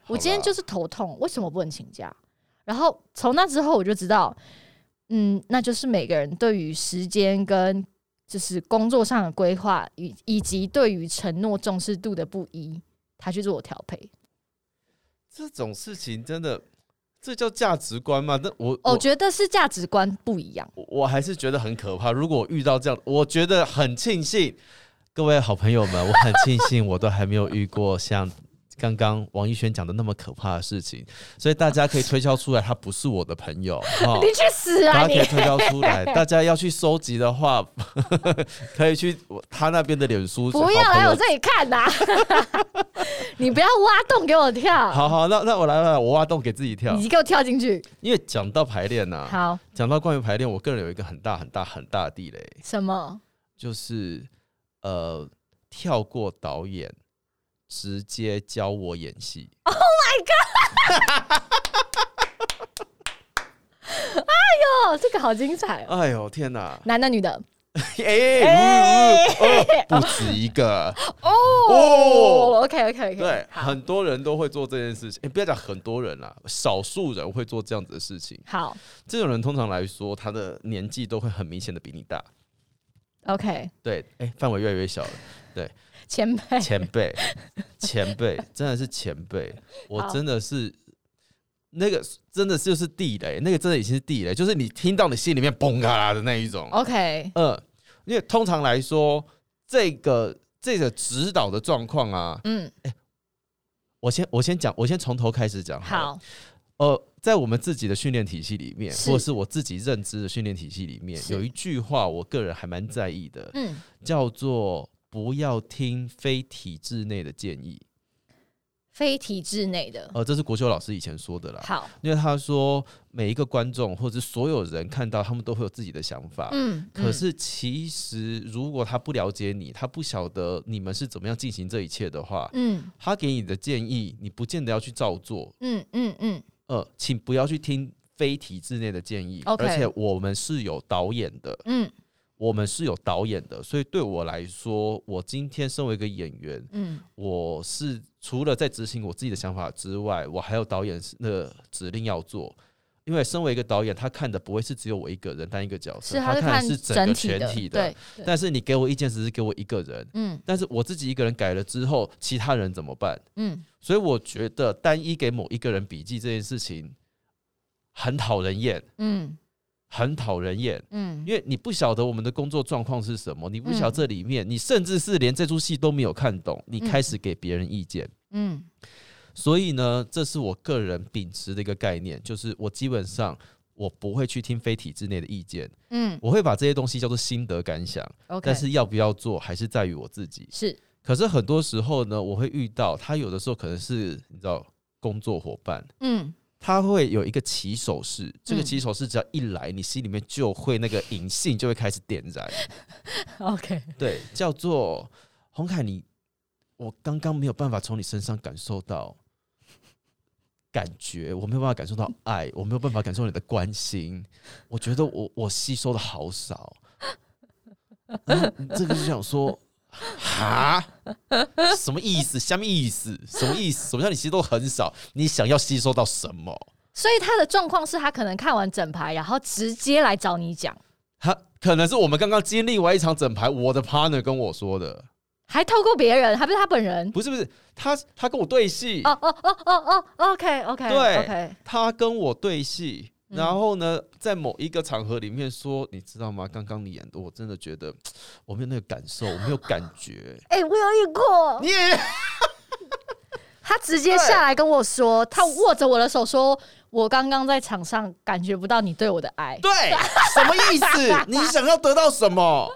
[SPEAKER 1] 我今天就是是头痛，为什么不能请假？然后从那之后我就知道，嗯，那就是每个人对于时间跟就是工作上的规划，以以及对于承诺重视度的不一，他去做调配。
[SPEAKER 2] 这种事情真的，这叫价值观吗？那我
[SPEAKER 1] 我
[SPEAKER 2] 我
[SPEAKER 1] 觉得是价值观不一样。
[SPEAKER 2] 我还是觉得很可怕。如果我遇到这样，我觉得很庆幸，各位好朋友们，我很庆幸我都还没有遇过像刚刚王一轩讲的那么可怕的事情，所以大家可以推敲出来，他不是我的朋
[SPEAKER 1] *laughs*
[SPEAKER 2] 友哈。
[SPEAKER 1] 你去死啊
[SPEAKER 2] 大家可以
[SPEAKER 1] 你！
[SPEAKER 2] 推敲出来，大家要去收集的话， *laughs* 可以去我他那边的脸书。
[SPEAKER 1] 不要
[SPEAKER 2] 好朋
[SPEAKER 1] 来
[SPEAKER 2] 友
[SPEAKER 1] 我这里看
[SPEAKER 2] *laughs*
[SPEAKER 1] 呐、你不要挖洞给我跳，
[SPEAKER 2] 好好，那那我来来，我挖洞给自己跳。啊
[SPEAKER 1] 你给我跳进去。
[SPEAKER 2] 因为讲到排练呐、
[SPEAKER 1] 好，
[SPEAKER 2] 讲到关于排练，我个人有一个很大很大很大的地雷，
[SPEAKER 1] 什么？
[SPEAKER 2] 就是呃，跳过导演，直接教我演戏。Oh my
[SPEAKER 1] 哦，这个好精彩、哦，
[SPEAKER 2] god！哎呦天哪！
[SPEAKER 1] 男的女的？
[SPEAKER 2] *laughs* 哎、呜呜哦不止一个，
[SPEAKER 1] 哦，OK OK OK，
[SPEAKER 2] 对，很多人都会做这件事情。哎、不要讲很多人啦，少数人会做这样子的事情。
[SPEAKER 1] 好
[SPEAKER 2] 这种人通常来说，他的年纪都会很明显的比你大。
[SPEAKER 1] ，OK，
[SPEAKER 2] 对，哎、范围越来越小了。
[SPEAKER 1] 前
[SPEAKER 2] *laughs*
[SPEAKER 1] 辈，
[SPEAKER 2] 前辈，前
[SPEAKER 1] *laughs*
[SPEAKER 2] 辈，真的是前辈，我
[SPEAKER 1] 好
[SPEAKER 2] 真的是那个真的就是地雷，那个真的已经是地雷，就是你听到你心里面嘣嘎啦的那一
[SPEAKER 1] 哦
[SPEAKER 2] 种。
[SPEAKER 1] OK，
[SPEAKER 2] 嗯、因为通常来说，这个这个指导的状况啊，
[SPEAKER 1] 嗯，
[SPEAKER 2] 我我先我先讲，我先从头开始讲。好了，
[SPEAKER 1] 好，
[SPEAKER 2] 呃，在我们自己的训练体系里面，
[SPEAKER 1] 是
[SPEAKER 2] 或者是我自己认知的训练体系里面，
[SPEAKER 1] 是
[SPEAKER 2] 有一句话，我个人还蛮在意的，
[SPEAKER 1] 嗯，
[SPEAKER 2] 叫做“不要听非体制内的建议
[SPEAKER 1] 非体制内”。的，
[SPEAKER 2] 呃，这是国修老师以前说的啦。
[SPEAKER 1] 好，
[SPEAKER 2] 因为他说，每一个观众或者是所有人看到，他们都会有自己的想法。
[SPEAKER 1] 嗯，
[SPEAKER 2] 啊可
[SPEAKER 1] 嗯
[SPEAKER 2] 是其实，如果他不了解你，他不晓得你们是怎么样进行这一切的话，
[SPEAKER 1] 嗯
[SPEAKER 2] 他给你的建议，你不见得要去照做。
[SPEAKER 1] 嗯嗯嗯，
[SPEAKER 2] 呃，请不要去听非体制内的建议
[SPEAKER 1] OK
[SPEAKER 2] 而且我们是有导演的，
[SPEAKER 1] 嗯
[SPEAKER 2] 我们是有导演的，所以对我来说，我今天身为一个演员，
[SPEAKER 1] 嗯，
[SPEAKER 2] 我是除了在执行我自己的想法之外，我还有导演的指令要做。因为身为一个导演，他看的不会是只有我一个人单一个角色，
[SPEAKER 1] 是他是
[SPEAKER 2] 看
[SPEAKER 1] 看
[SPEAKER 2] 的是整
[SPEAKER 1] 整
[SPEAKER 2] 个
[SPEAKER 1] 体
[SPEAKER 2] 全
[SPEAKER 1] 的，
[SPEAKER 2] 体的。
[SPEAKER 1] 对，对
[SPEAKER 2] 但是你给我意见，只是给我一个人，
[SPEAKER 1] 嗯
[SPEAKER 2] 但是我自己一个人改了之后，其他人怎么办？
[SPEAKER 1] 嗯，
[SPEAKER 2] 所以我觉得单一给某一个人笔记这件事情很讨人厌，
[SPEAKER 1] 嗯
[SPEAKER 2] 很讨人厌，
[SPEAKER 1] 嗯
[SPEAKER 2] 因为你不晓得我们的工作状况是什么，你不晓得这里面，你甚至是连这出戏都没有看懂，你开始给别人意见。
[SPEAKER 1] 嗯
[SPEAKER 2] 所以呢，这是我个人秉持的一个概念，就是我基本上我不会去听非体制内的意见，
[SPEAKER 1] 嗯
[SPEAKER 2] 我会把这些东西叫做心得感想，
[SPEAKER 1] ，OK，
[SPEAKER 2] 但是要不要做还是在于我自己。
[SPEAKER 1] 是
[SPEAKER 2] 可是很多时候呢，我会遇到他有的时候可能是你知道工作伙伴，
[SPEAKER 1] 嗯
[SPEAKER 2] 他会有一个起手式，这个起手式只要一来，你心里面就会那个隐性就会开始点燃，
[SPEAKER 1] OK， *laughs*
[SPEAKER 2] 对，叫做洪凯，你我刚刚没有办法从你身上感受到感觉，我没有办法感受到爱，我没有办法感受你的关心，我觉得我我吸收的好少，然后你这个就想说。哈，什么意思？什么意思？什么意思？什么叫你吸收很少？你想要吸收到什么？
[SPEAKER 1] 所以他的状况是他可能看完整排，然后直接来找你讲，
[SPEAKER 2] 他可能是我们刚刚经历完一场整排，我的 partner 跟我说的，
[SPEAKER 1] 还透过别人，还不是他本人。
[SPEAKER 2] 不是不是，他他跟我对戏，
[SPEAKER 1] 哦哦哦哦哦，OK OK，
[SPEAKER 2] 对
[SPEAKER 1] OK，
[SPEAKER 2] 他跟我对戏，
[SPEAKER 1] 嗯
[SPEAKER 2] 然后呢，在某一个场合里面说，你知道吗？刚刚你演的，我真的觉得我没有那个感受，我没有感
[SPEAKER 1] *laughs*
[SPEAKER 2] 觉。
[SPEAKER 1] 哎、我有遇过，
[SPEAKER 2] 你也
[SPEAKER 1] 他直接下来跟我说，他握着我的手说，我刚刚在场上感觉不到你对我的爱。
[SPEAKER 2] 对，什么意
[SPEAKER 1] *laughs*
[SPEAKER 2] 思？你想要得到什么？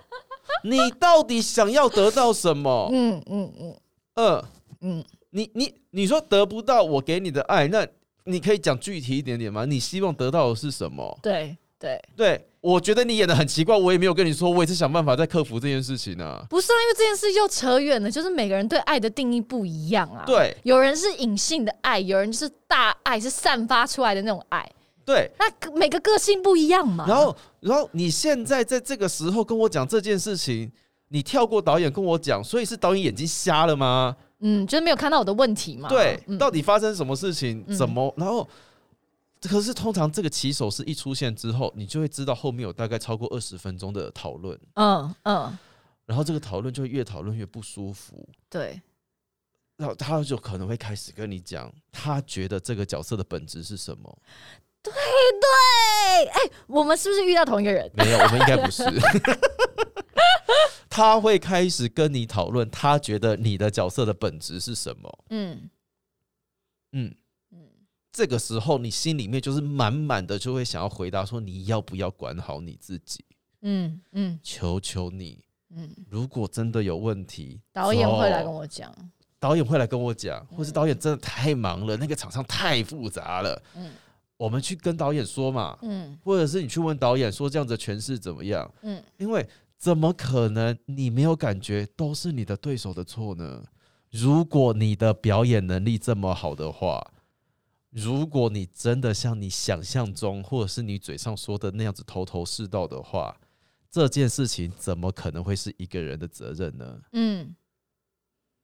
[SPEAKER 2] 你到底想要得到什么？
[SPEAKER 1] 嗯嗯嗯
[SPEAKER 2] 呃，
[SPEAKER 1] 嗯，
[SPEAKER 2] 你你你说得不到我给你的爱，那你可以讲具体一点点吗？你希望得到的是什么？
[SPEAKER 1] 对对，
[SPEAKER 2] 对，我觉得你演的很奇怪，我也没有跟你说，我也是想办法在克服这件事情啊。
[SPEAKER 1] 不是啊，因为这件事又扯远了，就是每个人对爱的定义不一样啊。，
[SPEAKER 2] 对
[SPEAKER 1] 有人是隐性的爱，有人就是大爱，是散发出来的那种爱。
[SPEAKER 2] 对，
[SPEAKER 1] 那个每个个性不一样嘛。
[SPEAKER 2] 然后然后你现在在这个时候跟我讲这件事情，你跳过导演跟我讲，所以是导演眼睛瞎了吗？
[SPEAKER 1] 嗯，就是没有看到我的问题嘛。
[SPEAKER 2] 对，
[SPEAKER 1] 嗯
[SPEAKER 2] 到底发生什么事情？
[SPEAKER 1] 嗯
[SPEAKER 2] 怎么？然后。可是通常这个起手式一出现之后，你就会知道后面有大概超过二十分钟的讨论，
[SPEAKER 1] 嗯嗯，
[SPEAKER 2] 然后这个讨论就会越讨论越不舒服，
[SPEAKER 1] 对，
[SPEAKER 2] 然后他就可能会开始跟你讲，他觉得这个角色的本质是什么。
[SPEAKER 1] 哎对，哎、我们是不是遇到同一个人？
[SPEAKER 2] 没有，我们应该不是。 *laughs* 他会开始跟你讨论，他觉得你的角色的本质是什么。
[SPEAKER 1] 嗯
[SPEAKER 2] 嗯，
[SPEAKER 1] 嗯，
[SPEAKER 2] 这个时候你心里面就是满满的就会想要回答说，你要不要管好你自己？
[SPEAKER 1] 嗯嗯
[SPEAKER 2] 求求你，
[SPEAKER 1] 嗯，
[SPEAKER 2] 如果真的有问题，
[SPEAKER 1] 导演会来跟
[SPEAKER 2] 走。
[SPEAKER 1] 我讲。
[SPEAKER 2] 导演会来跟我讲，或是导演真的太忙了，那个场上太复杂了，
[SPEAKER 1] 嗯
[SPEAKER 2] 我们去跟导演说嘛，
[SPEAKER 1] 嗯
[SPEAKER 2] 或者是你去问导演说这样子的诠释怎么样？
[SPEAKER 1] 嗯，
[SPEAKER 2] 因为怎么可能你没有感觉都是你的对手的错呢？如果你的表演能力这么好的话，如果你真的像你想象中或者是你嘴上说的那样子头头是道的话，这件事情怎么可能会是一个人的责任呢？
[SPEAKER 1] 嗯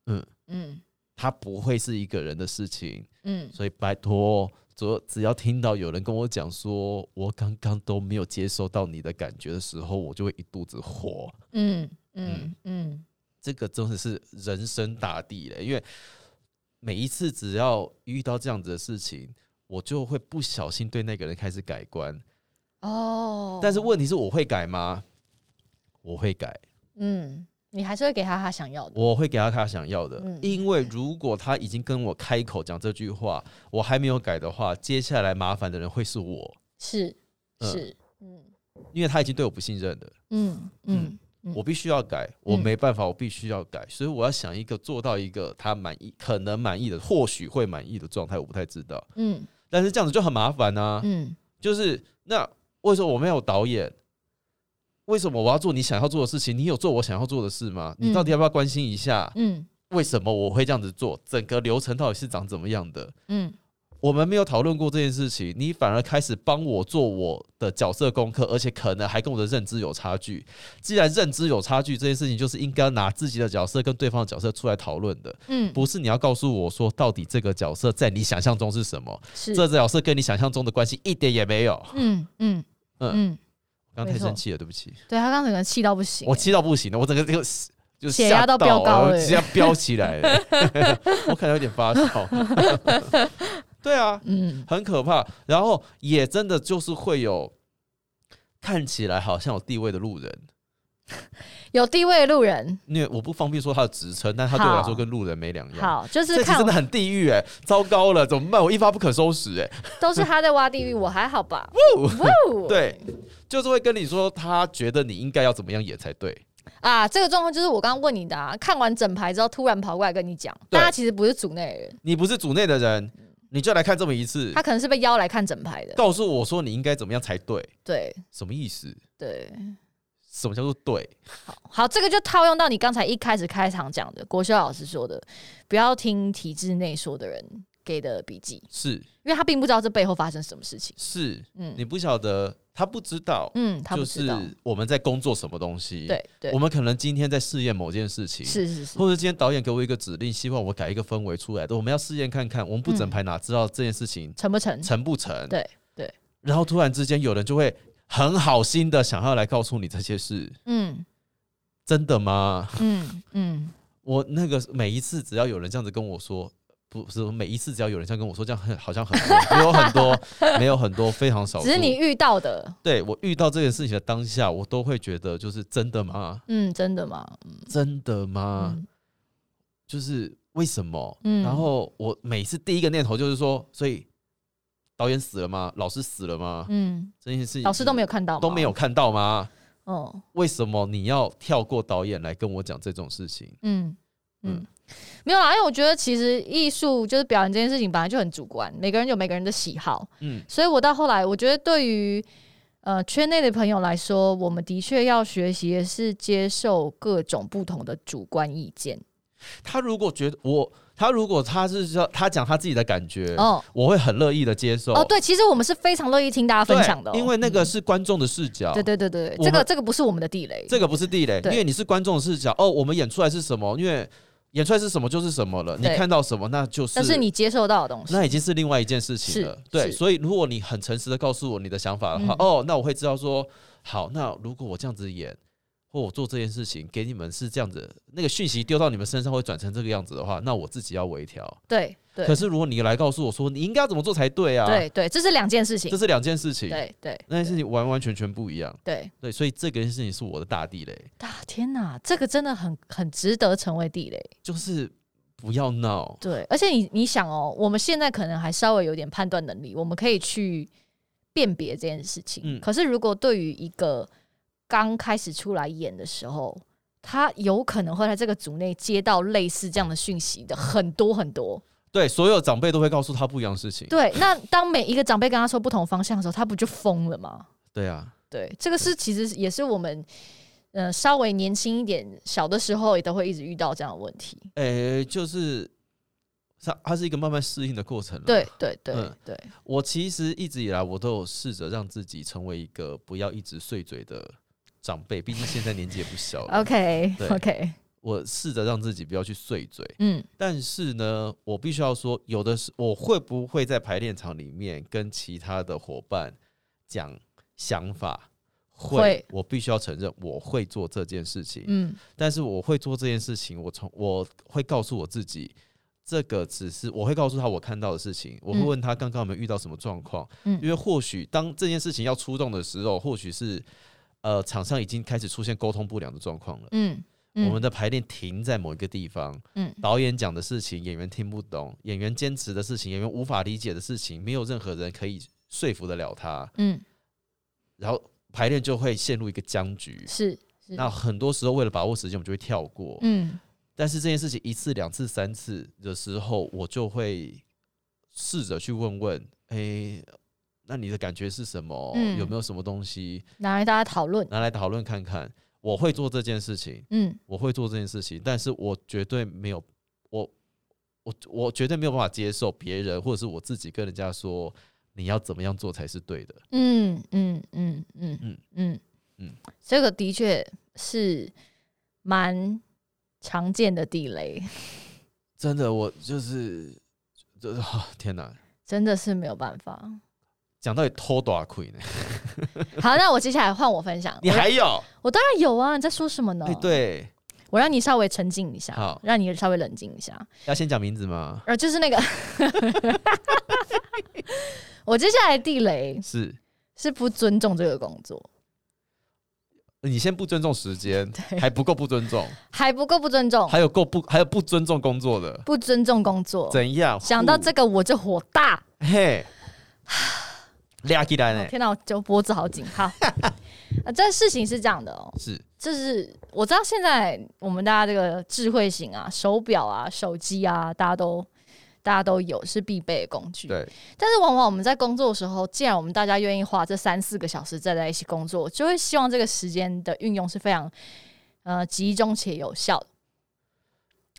[SPEAKER 2] 嗯
[SPEAKER 1] 嗯
[SPEAKER 2] 它不会是一个人的事情，
[SPEAKER 1] 嗯
[SPEAKER 2] 所以拜托，只只要听到有人跟我讲说我刚刚都没有接收到你的感觉的时候，我就会一肚子火。
[SPEAKER 1] 嗯嗯嗯，
[SPEAKER 2] 这个真的是人生大地嘞，因为每一次只要遇到这样子的事情，我就会不小心对那个人开始改观。
[SPEAKER 1] 哦，
[SPEAKER 2] 但是问题是，我会改吗？我会改，
[SPEAKER 1] 嗯，你还是会给他他想要的。
[SPEAKER 2] 我会给他他想要的，
[SPEAKER 1] 嗯
[SPEAKER 2] 因为如果他已经跟我开口讲这句话，我还没有改的话，接下来麻烦的人会是我，
[SPEAKER 1] 是
[SPEAKER 2] 嗯
[SPEAKER 1] 是，嗯
[SPEAKER 2] 因为他已经对我不信任了。
[SPEAKER 1] 嗯嗯嗯
[SPEAKER 2] 我必须要改，我
[SPEAKER 1] 嗯
[SPEAKER 2] 没办法，我必须要改，所以我要想一个做到一个他满意、可能满意的，或许会满意的状态，我不太知道。
[SPEAKER 1] 嗯
[SPEAKER 2] 但是这样子就很麻烦啊，
[SPEAKER 1] 嗯
[SPEAKER 2] 就是那为什么我没有导演？为什么我要做你想要做的事情？你有做我想要做的事吗？
[SPEAKER 1] 嗯
[SPEAKER 2] 你到底要不要关心一下？
[SPEAKER 1] 嗯
[SPEAKER 2] 为什么我会这样子做？整个流程到底是长怎么样的？
[SPEAKER 1] 嗯
[SPEAKER 2] 我们没有讨论过这件事情，你反而开始帮我做我的角色功课，而且可能还跟我的认知有差距。既然认知有差距，这件事情就是应该拿自己的角色跟对方的角色出来讨论的，
[SPEAKER 1] 嗯，
[SPEAKER 2] 不是你要告诉我说到底这个角色在你想象中是什么，
[SPEAKER 1] 是
[SPEAKER 2] 这个角色跟你想象中的关系一点也没有。
[SPEAKER 1] 嗯嗯
[SPEAKER 2] 嗯
[SPEAKER 1] 嗯，
[SPEAKER 2] 刚刚太生气了，对不起，
[SPEAKER 1] 对他刚整个气到不行欸，
[SPEAKER 2] 我气到不行了，我整个就就
[SPEAKER 1] 血压
[SPEAKER 2] 吓
[SPEAKER 1] 都
[SPEAKER 2] 到
[SPEAKER 1] 飙高
[SPEAKER 2] 我
[SPEAKER 1] 了
[SPEAKER 2] 直接飙起来
[SPEAKER 1] *laughs*
[SPEAKER 2] 了，我可能有点发烧。对啊，
[SPEAKER 1] 嗯
[SPEAKER 2] 很可怕。然后也真的就是会有看起来好像有地位的路人，
[SPEAKER 1] 有地位的路人，
[SPEAKER 2] 因为我不方便说他的职称，但他对我来说
[SPEAKER 1] 好
[SPEAKER 2] 跟路人没两样。
[SPEAKER 1] 好，就
[SPEAKER 2] 这
[SPEAKER 1] 是
[SPEAKER 2] 集
[SPEAKER 1] 看
[SPEAKER 2] 真的很地狱哎、糟糕了，怎么办？我一发不可收拾哎、
[SPEAKER 1] 都是他在挖地狱，我还好吧？哇哦
[SPEAKER 2] 对，就是会跟你说他觉得你应该要怎么样演才对。
[SPEAKER 1] 啊，这个状况就是我刚刚问你的啊，看完整排之后突然跑过来跟你讲，
[SPEAKER 2] 对
[SPEAKER 1] 但他其实不是组内人，
[SPEAKER 2] 你不是组内的人，你就来看这么一次
[SPEAKER 1] 嗯他，可能是被邀来看整排的，
[SPEAKER 2] 告诉我说你应该怎么样才对，
[SPEAKER 1] 对
[SPEAKER 2] 什么意思？
[SPEAKER 1] 对。
[SPEAKER 2] 什么叫做对？
[SPEAKER 1] 好，这个就套用到你刚才一开始开场讲的，国修老师说的，不要听体制内说的人给的笔记，
[SPEAKER 2] 是
[SPEAKER 1] 因为他并不知道这背后发生什么事情。
[SPEAKER 2] 是，
[SPEAKER 1] 嗯
[SPEAKER 2] 你不晓得，他不知道，
[SPEAKER 1] 嗯，他
[SPEAKER 2] 就
[SPEAKER 1] 不知道。
[SPEAKER 2] 是我们在工作什么东西。
[SPEAKER 1] 对对
[SPEAKER 2] 我，们可能今天在试验某件事情，
[SPEAKER 1] 是是是，
[SPEAKER 2] 或者今天导演给我一个指令，希望我改一个氛围出来的，我们要试验看看，我们不整排哪知道这件事情
[SPEAKER 1] 成不成？
[SPEAKER 2] 成不成？
[SPEAKER 1] 嗯对对。
[SPEAKER 2] 然后突然之间，有人就会很好心的想要来告诉你这些事，
[SPEAKER 1] 嗯
[SPEAKER 2] 真的吗？
[SPEAKER 1] 嗯嗯
[SPEAKER 2] 我那个每一次只要有人这样子跟我说。不是每一次，只要有人这样跟我说，这样很好像很多，没有很多，没有很多，非常少数。
[SPEAKER 1] 只是你遇到的，
[SPEAKER 2] 对我遇到这件事情的当下，我都会觉得就是真的吗？
[SPEAKER 1] 嗯，真的吗？
[SPEAKER 2] 真的吗？
[SPEAKER 1] 嗯
[SPEAKER 2] 就是为什么？
[SPEAKER 1] 嗯
[SPEAKER 2] 然后我每次第一个念头就是说，所以导演死了吗？老师死了吗？
[SPEAKER 1] 嗯，
[SPEAKER 2] 这件事情
[SPEAKER 1] 老师都没有看到，
[SPEAKER 2] 都没有。看到吗？
[SPEAKER 1] 哦，
[SPEAKER 2] 为什么你要跳过导演来跟我讲这种事情？
[SPEAKER 1] 嗯嗯
[SPEAKER 2] 嗯，
[SPEAKER 1] 没有啦，啊因为我觉得其实艺术就是表演这件事情本来就很主观，每个人有每个人的喜好。
[SPEAKER 2] 嗯，
[SPEAKER 1] 所以我到后来，我觉得对于呃圈内的朋友来说，我们的确要学习的是接受各种不同的主观意见。
[SPEAKER 2] 他如果觉得我，他如果他是说他讲他自己的感觉，
[SPEAKER 1] 哦
[SPEAKER 2] 我会很乐意的接受。
[SPEAKER 1] 哦，对，其实我们是非常乐意听大家
[SPEAKER 2] 对，
[SPEAKER 1] 分享的哦、
[SPEAKER 2] 因为那个
[SPEAKER 1] 嗯
[SPEAKER 2] 是观众的视角。
[SPEAKER 1] 对对对对，
[SPEAKER 2] 我
[SPEAKER 1] 这个
[SPEAKER 2] 们
[SPEAKER 1] 这个不是我们的地雷。
[SPEAKER 2] 这个不是地雷，
[SPEAKER 1] 对
[SPEAKER 2] 因为你是观众的视角。哦，我们演出来是什么？因为演出来是什么就是什么了，你
[SPEAKER 1] 对
[SPEAKER 2] 看到什么那就是。
[SPEAKER 1] 但是你接受到的东西，
[SPEAKER 2] 那已经是另外一件事情了
[SPEAKER 1] 是。
[SPEAKER 2] 对，
[SPEAKER 1] 是
[SPEAKER 2] 所以如果你很诚实的告诉我你的想法的话，
[SPEAKER 1] 嗯
[SPEAKER 2] 哦，那我会知道说，好，那如果我这样子演，或我做这件事情给你们是这样子，那个讯息丢到你们身上会转成这个样子的话，那我自己要微调。
[SPEAKER 1] 对对
[SPEAKER 2] 可是如果你来告诉我说你应该要怎么做才对啊，
[SPEAKER 1] 对对，这是两件事情
[SPEAKER 2] 这。是两件事情，
[SPEAKER 1] 对对
[SPEAKER 2] 那件事情完完全全不一样。
[SPEAKER 1] 对，
[SPEAKER 2] 对，所以这个事情是我的大地雷，
[SPEAKER 1] 啊天哪，这个真的很很值得成为地雷。
[SPEAKER 2] 就是不要闹。
[SPEAKER 1] 对，而且你你想哦，我们现在可能还稍微有点判断能力，我们可以去辨别这件事情。
[SPEAKER 2] 嗯
[SPEAKER 1] 可是如果对于一个刚开始出来演的时候，他有可能会在这个组内接到类似这样的讯息的很多很多。
[SPEAKER 2] 对，所有长辈都会告诉他不一样的事情。
[SPEAKER 1] 对，那当每一个长辈跟他说不同方向的时候，他不就疯了吗？
[SPEAKER 2] 对啊，
[SPEAKER 1] 对，这个是其实也是我们。呃，稍微年轻一点，小的时候也都会一直遇到这样的问题。
[SPEAKER 2] 诶、就是它它是一个慢慢适应的过程。
[SPEAKER 1] 对，对对、
[SPEAKER 2] 嗯
[SPEAKER 1] 对，
[SPEAKER 2] 我其实一直以来我都有试着让自己成为一个不要一直碎嘴的长辈，毕竟现在年纪也不小
[SPEAKER 1] 呃
[SPEAKER 2] 了。
[SPEAKER 1] OK
[SPEAKER 2] 对
[SPEAKER 1] OK，
[SPEAKER 2] 我试着让自己不要去碎嘴，
[SPEAKER 1] 嗯
[SPEAKER 2] 但是呢，我必须要说，有的是我会不会在排练场里面跟其他的伙伴讲想法？
[SPEAKER 1] 会
[SPEAKER 2] 我必须要承认我会做这件事情。
[SPEAKER 1] 嗯
[SPEAKER 2] 但是我会做这件事情，我从我会告诉我自己，这个只是我会告诉他我看到的事情，我会问他刚刚有没有遇到什么状况，
[SPEAKER 1] 嗯
[SPEAKER 2] 因为或许当这件事情要出动的时候，或许是呃厂商已经开始出现沟通不良的状况了，
[SPEAKER 1] 嗯，嗯
[SPEAKER 2] 我们的排练停在某一个地方，
[SPEAKER 1] 嗯
[SPEAKER 2] 导演讲的事情演员听不懂，演员坚持的事情，演员无法理解的事情，没有任何人可以说服得了他，
[SPEAKER 1] 嗯，
[SPEAKER 2] 然后排练就会陷入一个僵局。
[SPEAKER 1] 是是，
[SPEAKER 2] 那很多时候为了把握时间，我们就会跳过。
[SPEAKER 1] 嗯
[SPEAKER 2] 但是这件事情一次、两次、三次的时候，我就会试着去问问，诶，那你的感觉是什么？
[SPEAKER 1] 嗯
[SPEAKER 2] 有没有什么东西
[SPEAKER 1] 拿来大家讨论，
[SPEAKER 2] 拿来讨论看看？我会做这件事情，
[SPEAKER 1] 嗯
[SPEAKER 2] 我会做这件事情，但是我绝对没有，我我我绝对没有办法接受别人或者是我自己跟人家说你要怎么样做才是对的。
[SPEAKER 1] 嗯嗯嗯嗯嗯
[SPEAKER 2] 嗯
[SPEAKER 1] 嗯嗯
[SPEAKER 2] 嗯，
[SPEAKER 1] 这个的确是蛮常见的地雷，
[SPEAKER 2] 真的，我就是， *laughs* 这、啊天哪，
[SPEAKER 1] 真的是没有办
[SPEAKER 2] *laughs*
[SPEAKER 1] 法。
[SPEAKER 2] 讲到底偷多少亏呢？ *laughs*
[SPEAKER 1] 好，那我接下来换我分享。
[SPEAKER 2] 你还有？
[SPEAKER 1] 我当然有啊，你在说什么呢？
[SPEAKER 2] 哎、对，
[SPEAKER 1] 我让你稍微沉静一下，
[SPEAKER 2] 好
[SPEAKER 1] 让你稍微冷静一下。
[SPEAKER 2] 要先讲名字吗？
[SPEAKER 1] 呃，就是那个， *laughs* 我接下来的地雷
[SPEAKER 2] 是
[SPEAKER 1] 是不尊重这个工作，
[SPEAKER 2] 你先不尊重
[SPEAKER 1] *laughs*
[SPEAKER 2] 时间，还不够不尊重，
[SPEAKER 1] 还不够不尊重，
[SPEAKER 2] 还有够不还有不尊重工作的，
[SPEAKER 1] 不尊重工作。
[SPEAKER 2] 怎样？
[SPEAKER 1] 哦想到这个我就火大， *laughs*
[SPEAKER 2] 嘿，俩起来呢？
[SPEAKER 1] 天哪，我就脖子好紧。好， *laughs* 啊，这事情是这样的哦，
[SPEAKER 2] 是
[SPEAKER 1] 就是我知道现在我们大家这个智慧型啊，手表啊、手机啊，大家都大家都有是必备的工具。
[SPEAKER 2] 对，
[SPEAKER 1] 但是往往我们在工作的时候，既然我们大家愿意花这三四个小时站在一起工作，就会希望这个时间的运用是非常呃集中且有效的。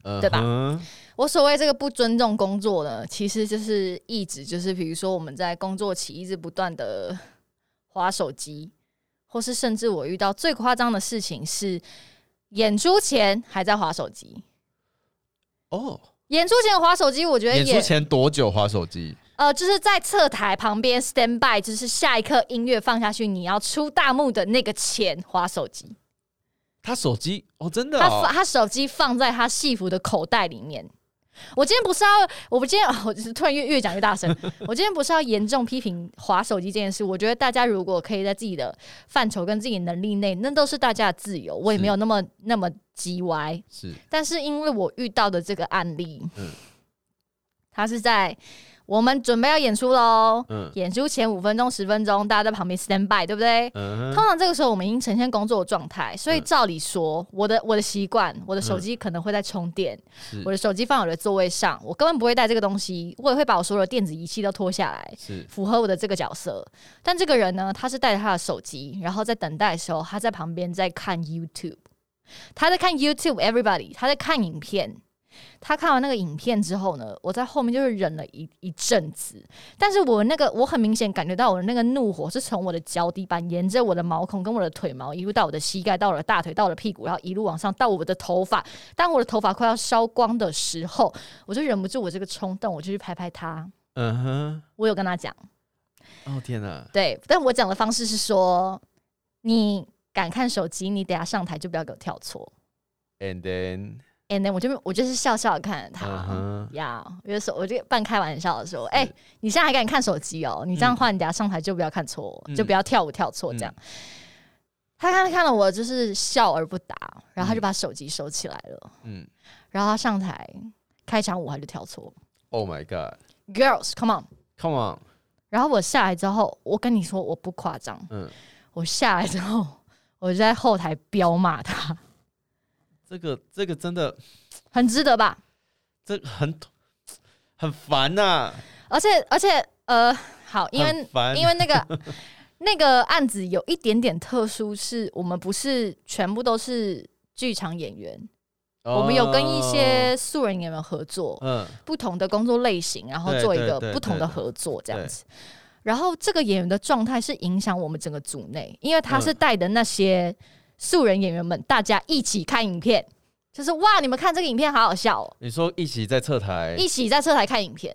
[SPEAKER 2] 嗯
[SPEAKER 1] 对吧
[SPEAKER 2] 哼？
[SPEAKER 1] 我所谓这个不尊重工作呢，其实就是一直就是比如说我们在工作期一直不断的划手机，或是甚至我遇到最夸张的事情是演出前还在划手机。
[SPEAKER 2] 哦，
[SPEAKER 1] 演出前划手机，我觉得
[SPEAKER 2] 演出
[SPEAKER 1] 也
[SPEAKER 2] 前多久划手机？
[SPEAKER 1] 呃，就是在侧台旁边 stand by，就是下一刻音乐放下去，你要出大幕的那个前划手机。
[SPEAKER 2] 他手机哦，真的
[SPEAKER 1] 他
[SPEAKER 2] 哦
[SPEAKER 1] 放，他手机放在他戏服的口袋里面。我今天不是要，我不今天，哦我就是突然越越讲越大
[SPEAKER 2] *laughs*
[SPEAKER 1] 声。我今天不是要严重批评划手机这件事。我觉得大家如果可以在自己的范畴跟自己能力内，那都是大家的自由。我也没有那么那么叽歪。
[SPEAKER 2] 是
[SPEAKER 1] 但是因为我遇到的这个案例，
[SPEAKER 2] 嗯
[SPEAKER 1] 他是在我们准备要演出喽，
[SPEAKER 2] 嗯
[SPEAKER 1] 演出前五分钟、十分钟，大家在旁边 stand by，对不对？
[SPEAKER 2] 嗯哼
[SPEAKER 1] 通常这个时候我们已经呈现工作的状态，所以照理说，我的我的习惯，我的手机可能会在充电，
[SPEAKER 2] 嗯是
[SPEAKER 1] 我的手机放我的座位上，我根本不会带这个东西，我也会把我所有的电子仪器都脱下来，
[SPEAKER 2] 是
[SPEAKER 1] 符合我的这个角色。但这个人呢，他是带着他的手机，然后在等待的时候，他在旁边在看 YouTube，他在看 YouTube，everybody，他在看影片。他看完那个影片之后呢，我在后面就是忍了一一阵子，但是我那个我很明显感觉到我的那个怒火是从我的脚底板沿着我的毛孔跟我的腿毛一路到我的膝盖，到我的大腿，到我的屁股，然后一路往上到我的头发。当我的头发快要烧光的时候，我就忍不住我这个冲动，我就去拍拍他。
[SPEAKER 2] 嗯哼，
[SPEAKER 1] 我有跟他讲。
[SPEAKER 2] 哦天哪，
[SPEAKER 1] 对，但我讲的方式是说，你敢看手机，你等下上台就不要给我跳错。
[SPEAKER 2] ，and then，
[SPEAKER 1] And then 我就我就是笑笑地看着
[SPEAKER 2] 嗯
[SPEAKER 1] 他，
[SPEAKER 2] 哼，
[SPEAKER 1] 呀、我就说我就半开玩笑的说，哎、你现在还敢看手机哦？你这样的
[SPEAKER 2] 嗯
[SPEAKER 1] 话，你等下上台就不要看错，就不要跳舞跳错这样。他看看了我就是笑而不答，然后他就把手机收起来了，
[SPEAKER 2] 嗯
[SPEAKER 1] 然后他上台开场舞他就跳错
[SPEAKER 2] ，Oh my God，Come
[SPEAKER 1] ，Girls come on。
[SPEAKER 2] on，
[SPEAKER 1] 然后我下来之后，我跟你说我不夸张，
[SPEAKER 2] 嗯，
[SPEAKER 1] 我下来之后，我就在后台彪骂他，
[SPEAKER 2] 这个这个真的，
[SPEAKER 1] 很值得吧？
[SPEAKER 2] 这个很很烦呐，
[SPEAKER 1] 而且而且呃，好，因为
[SPEAKER 2] 很烦
[SPEAKER 1] 因为那个那个案子有一点点特殊，是我们不是全部都是剧场演员，我们有跟一些素人演员合作，
[SPEAKER 2] 哦，
[SPEAKER 1] 不同的工作类型，然后
[SPEAKER 2] 对
[SPEAKER 1] 做一
[SPEAKER 2] 对
[SPEAKER 1] 个
[SPEAKER 2] 对
[SPEAKER 1] 不同的
[SPEAKER 2] 对对
[SPEAKER 1] 合作这样子。然后这个演员的状态是影响我们整个组内，因为他
[SPEAKER 2] 嗯
[SPEAKER 1] 是带的那些素人演员们，大家一起看影片，就是哇，你们看这个影片好好笑哦，
[SPEAKER 2] 嗯，你说一起在侧台
[SPEAKER 1] 一起在车台看影片，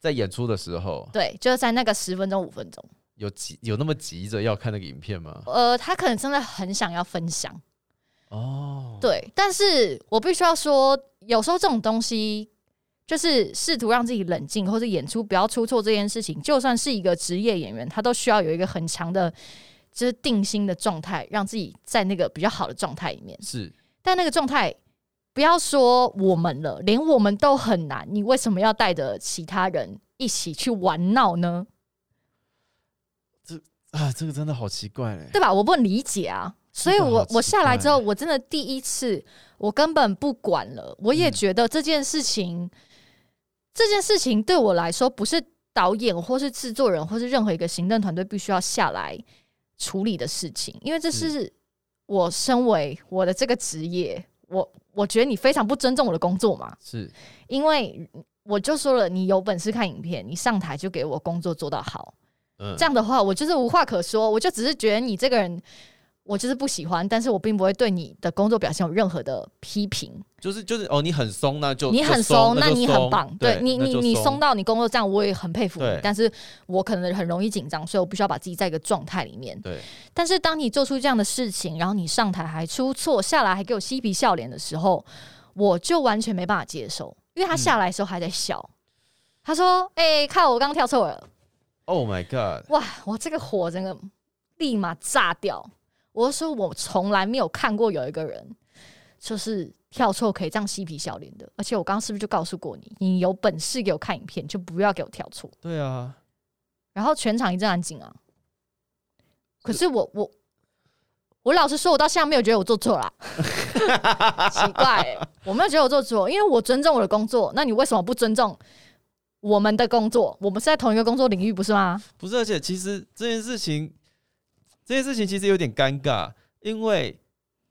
[SPEAKER 2] 在演出的时候，
[SPEAKER 1] 对，就是在那个十分钟五分钟，
[SPEAKER 2] 有急有那么急着要看那个影片吗？
[SPEAKER 1] 呃，他可能真的很想要分享，
[SPEAKER 2] 哦，
[SPEAKER 1] 对，但是我必须要说，有时候这种东西。就是试图让自己冷静，或者演出不要出错这件事情，就算是一个职业演员，他都需要有一个很强的，就是定心的状态，让自己在那个比较好的状态里面。
[SPEAKER 2] 是
[SPEAKER 1] 但那个状态，不要说我们了，连我们都很难，你为什么要带着其他人一起去玩闹呢？
[SPEAKER 2] 啊，这个真的好奇怪嘞。
[SPEAKER 1] 对吧？我不能理解啊。所以
[SPEAKER 2] 这个好
[SPEAKER 1] 我
[SPEAKER 2] 奇
[SPEAKER 1] 我下来
[SPEAKER 2] 怪
[SPEAKER 1] 之后，我真的第一次，我根本不管了。我也
[SPEAKER 2] 嗯
[SPEAKER 1] 觉得这件事情，这件事情对我来说，不是导演或是制作人或是任何一个行政团队必须要下来处理的事情，因为这
[SPEAKER 2] 嗯
[SPEAKER 1] 是我身为我的这个职业，我我觉得你非常不尊重我的工作嘛。
[SPEAKER 2] 是，
[SPEAKER 1] 因为我就说了，你有本事看影片，你上台就给我工作做到好。
[SPEAKER 2] 嗯，
[SPEAKER 1] 这样的话，我就是无话可说，我就只是觉得你这个人，我就是不喜欢，但是我并不会对你的工作表现有任何的批评。
[SPEAKER 2] 就是就是哦，你很松，那就
[SPEAKER 1] 你
[SPEAKER 2] 就
[SPEAKER 1] 很
[SPEAKER 2] 松，
[SPEAKER 1] 那
[SPEAKER 2] 就
[SPEAKER 1] 你很棒，对
[SPEAKER 2] 对
[SPEAKER 1] 你，
[SPEAKER 2] 那
[SPEAKER 1] 你
[SPEAKER 2] 就
[SPEAKER 1] 你
[SPEAKER 2] 松
[SPEAKER 1] 松到你工作这样，我也很佩服你
[SPEAKER 2] 对。
[SPEAKER 1] 但是我可能很容易紧张，所以我必须要把自己在一个状态里面。
[SPEAKER 2] 对，
[SPEAKER 1] 但是当你做出这样的事情，然后你上台还出错，下来还给我嬉皮笑脸的时候，我就完全没办法接受，因
[SPEAKER 2] 嗯
[SPEAKER 1] 为他下来的时候还在笑，他说：“哎、看我刚跳错了。”
[SPEAKER 2] Oh my god！
[SPEAKER 1] 哇，我这个火整个立马炸掉。我就说我从来没有看过有一个人就是跳错可以这样嬉皮笑脸的，而且我刚刚是不是就告诉过你，你有本事给我看影片，就不要给我跳错。
[SPEAKER 2] 对啊，
[SPEAKER 1] 然后全场一阵安静啊。可是我我我老实说，我到现在没有觉得我做错啦，奇怪欸、我没有觉得我做错，因为我尊重我的工作。那你为什么不尊重我们的工作？我们是在同一个工作领域，不是吗？
[SPEAKER 2] 不是，而且其实这件事情，这件事情其实有点尴尬，因为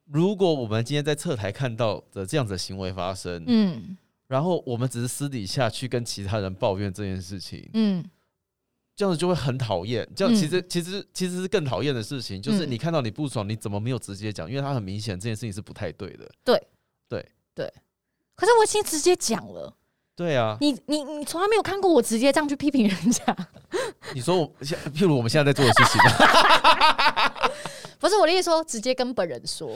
[SPEAKER 2] 如果我们今天在侧台看到的这样子的行为发生，
[SPEAKER 1] 嗯
[SPEAKER 2] 然后我们只是私底下去跟其他人抱怨这件事情，
[SPEAKER 1] 嗯，
[SPEAKER 2] 这样子就会很讨厌。这样
[SPEAKER 1] 嗯
[SPEAKER 2] 其实、其实其实是更讨厌的事情，就是
[SPEAKER 1] 嗯
[SPEAKER 2] 你看到你不爽，你怎么没有直接讲？因为他很明显这件事情是不太对的。
[SPEAKER 1] 可是我已经直接讲了，
[SPEAKER 2] 对啊，
[SPEAKER 1] 你你你从来没有看过我直接这样去批评人家， *laughs*
[SPEAKER 2] 你说我像譬如我们现在在做的事情，
[SPEAKER 1] 不是我的意思说直接跟本人说。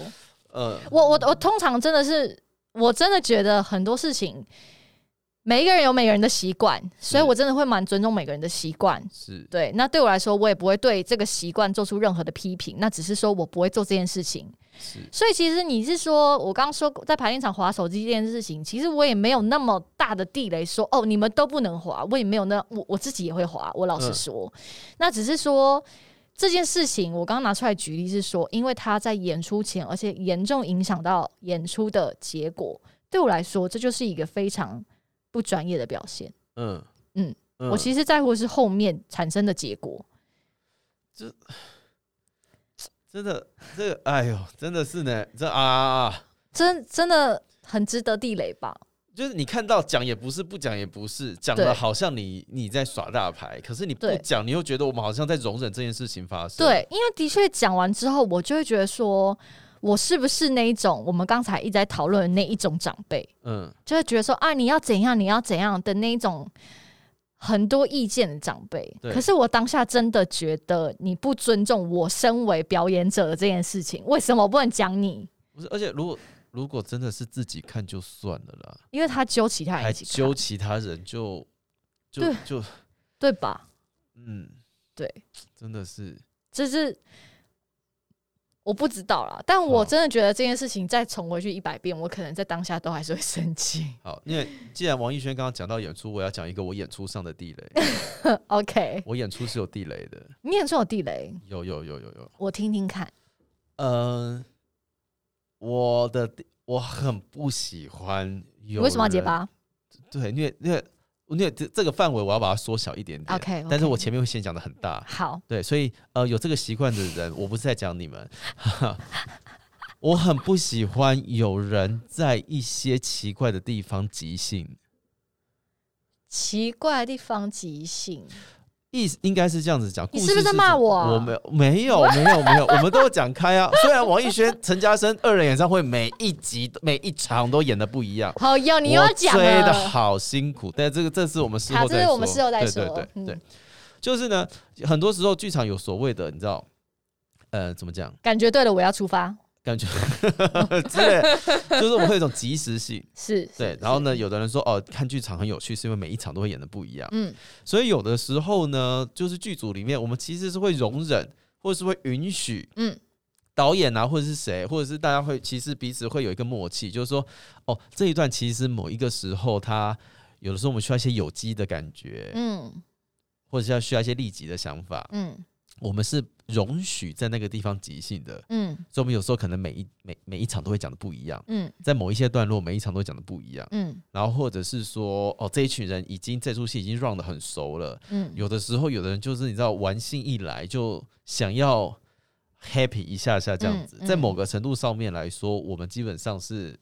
[SPEAKER 2] 呃，
[SPEAKER 1] 我我我通常真的是，我真的觉得很多事情，每一个人有每个人的习惯，所以我真的会蛮尊重每个人的习惯。
[SPEAKER 2] 是
[SPEAKER 1] 对，那对我来说，我也不会对这个习惯做出任何的批评，那只是说我不会做这件事情。
[SPEAKER 2] 是，
[SPEAKER 1] 所以其实你是说，我刚刚说在排练场划手机这件事情，其实我也没有那么大的地雷说，哦，你们都不能划，我也没有那我我自己也会划，我老实
[SPEAKER 2] 嗯
[SPEAKER 1] 说，那只是说这件事情，我刚刚拿出来举例是说，因为他在演出前，而且严重影响到演出的结果，对我来说，这就是一个非常不专业的表现。
[SPEAKER 2] 嗯
[SPEAKER 1] 嗯
[SPEAKER 2] 嗯
[SPEAKER 1] 我其实在乎的是后面产生的结果，
[SPEAKER 2] 真的，这个，哎呦，真的是呢，这啊啊，啊
[SPEAKER 1] 真真的很值得地雷吧？
[SPEAKER 2] 就是你看到讲也不是，不讲也不是，讲
[SPEAKER 1] 对
[SPEAKER 2] 的好像你你在耍大牌，可是你不
[SPEAKER 1] 对
[SPEAKER 2] 讲，你又觉得我们好像在容忍这件事情发生。
[SPEAKER 1] 对，因为的确讲完之后，我就会觉得说，我是不是那一种我们刚才一直在讨论的那一种长辈，
[SPEAKER 2] 嗯，
[SPEAKER 1] 就会觉得说啊，你要怎样，你要怎样的那一种很多意见的长辈。
[SPEAKER 2] 对
[SPEAKER 1] 可是我当下真的觉得你不尊重我身为表演者的这件事情，为什么我不能讲你？
[SPEAKER 2] 不是，而且如果如果真的是自己看就算了啦，
[SPEAKER 1] 因为他揪其他人
[SPEAKER 2] 还
[SPEAKER 1] 一起看
[SPEAKER 2] 揪，其他人就就
[SPEAKER 1] 对
[SPEAKER 2] 就
[SPEAKER 1] 对吧？
[SPEAKER 2] 嗯，
[SPEAKER 1] 对，
[SPEAKER 2] 真的是
[SPEAKER 1] 就是我不知道啦，但我
[SPEAKER 2] 好
[SPEAKER 1] 真的觉得这件事情再重回去一百遍，我可能在当下都还是会生气。 *laughs*
[SPEAKER 2] 好。因为既然王艺轩刚刚讲到演出，我要讲一个我演出上的地
[SPEAKER 1] *laughs*
[SPEAKER 2] 雷，
[SPEAKER 1] OK，
[SPEAKER 2] 我演出是有地雷的，
[SPEAKER 1] 你也说有地雷，
[SPEAKER 2] 有有有有有，
[SPEAKER 1] 我听听看。
[SPEAKER 2] 嗯、我的地我很不喜欢
[SPEAKER 1] 你
[SPEAKER 2] 有
[SPEAKER 1] 为什么要结
[SPEAKER 2] 人
[SPEAKER 1] 巴
[SPEAKER 2] 对，因为因为因为这这个范围我要把它缩小一点点。
[SPEAKER 1] ？OK，
[SPEAKER 2] 但是我前面会先讲的很大，
[SPEAKER 1] 好，
[SPEAKER 2] 对，所以呃，有这个习惯的人，我不是在讲你们， *laughs* 我很不喜欢有人在一些奇怪的地方即兴。
[SPEAKER 1] 奇怪的地方即兴，
[SPEAKER 2] 意思应该是这样子讲，
[SPEAKER 1] 你
[SPEAKER 2] 故
[SPEAKER 1] 是不
[SPEAKER 2] 事
[SPEAKER 1] 是在骂
[SPEAKER 2] 怎
[SPEAKER 1] 我啊
[SPEAKER 2] 我没有，没有，没有，没有，我们都有讲开啊。虽然王艺轩、陈嘉生二人演唱会每一集、每一场都演的不一样，
[SPEAKER 1] 好哟，哦你又要讲
[SPEAKER 2] 我追的
[SPEAKER 1] 了。
[SPEAKER 2] 好辛苦，但这个这是我们事后
[SPEAKER 1] 好
[SPEAKER 2] 再
[SPEAKER 1] 这是我们事后再说
[SPEAKER 2] 对对对对，
[SPEAKER 1] 嗯
[SPEAKER 2] 就是呢，很多时候剧场有所谓的，你知道，呃，怎么讲？
[SPEAKER 1] 感觉对了，我要出发， *laughs*
[SPEAKER 2] 感觉之类，就是我们会有一种及时性。
[SPEAKER 1] 是，是
[SPEAKER 2] 对，然后，呢，有的人说哦，看剧场很有趣，是因为每一场都会演的不一样
[SPEAKER 1] 是。嗯，
[SPEAKER 2] 所以有的时候呢，就是剧组里面我们其实是会容忍，或者是会允许，
[SPEAKER 1] 嗯
[SPEAKER 2] 导演啊，或者是谁，或者是大家会其实彼此会有一个默契，就是说，哦，这一段其实某一个时候它。有的时候我们需要一些有机的感觉，
[SPEAKER 1] 嗯
[SPEAKER 2] 或者是要需要一些立即的想法。
[SPEAKER 1] 嗯
[SPEAKER 2] 我们是容许在那个地方即兴的，
[SPEAKER 1] 嗯
[SPEAKER 2] 所以我们有时候可能每一每每一场都会讲的不一样，
[SPEAKER 1] 嗯
[SPEAKER 2] 在某一些段落每一场都会讲的不一样。
[SPEAKER 1] 嗯
[SPEAKER 2] 然后或者是说，哦，这一群人已经这出戏已经 run 的很熟了，
[SPEAKER 1] 嗯，
[SPEAKER 2] 有的时候有的人就是你知道玩性一来就想要 happy 一下下这样子，
[SPEAKER 1] 嗯嗯
[SPEAKER 2] 在某个程度上面来说，我们基本上是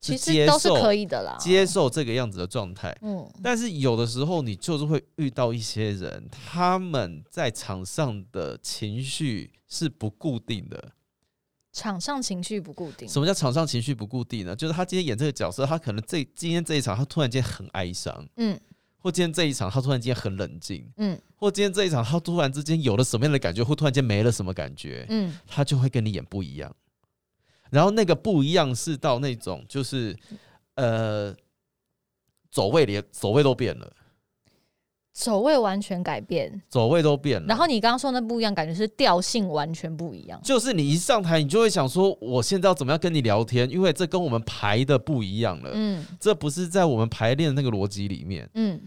[SPEAKER 1] 其
[SPEAKER 2] 是接
[SPEAKER 1] 实都是
[SPEAKER 2] 受
[SPEAKER 1] 可以的啦。
[SPEAKER 2] 接受这个样子的状态。
[SPEAKER 1] 哦嗯
[SPEAKER 2] 但是有的时候你就是会遇到一些人，他们在场上的情绪是不固定的。
[SPEAKER 1] 场上情绪不固定，
[SPEAKER 2] 什么叫场上情绪不固定呢？就是他今天演这个角色，他可能这今天这一场他突然间很哀伤，
[SPEAKER 1] 嗯
[SPEAKER 2] 或今天这一场他突然间很冷静，
[SPEAKER 1] 嗯
[SPEAKER 2] 或今天这一场他突然之间有了什么样的感觉，或突然间没了什么感觉，
[SPEAKER 1] 嗯，
[SPEAKER 2] 他就会跟你演不一样。然后那个不一样是到那种就是呃走位连走位都变了，
[SPEAKER 1] 走位完全改变。
[SPEAKER 2] 走位都变了，
[SPEAKER 1] 然后你刚刚说那不一样，感觉是调性完全不一样。
[SPEAKER 2] 就是你一上台，你就会想说，我现在要怎么样跟你聊天？因为这跟我们排的不一样了，
[SPEAKER 1] 嗯
[SPEAKER 2] 这不是在我们排练的那个逻辑里面。
[SPEAKER 1] 嗯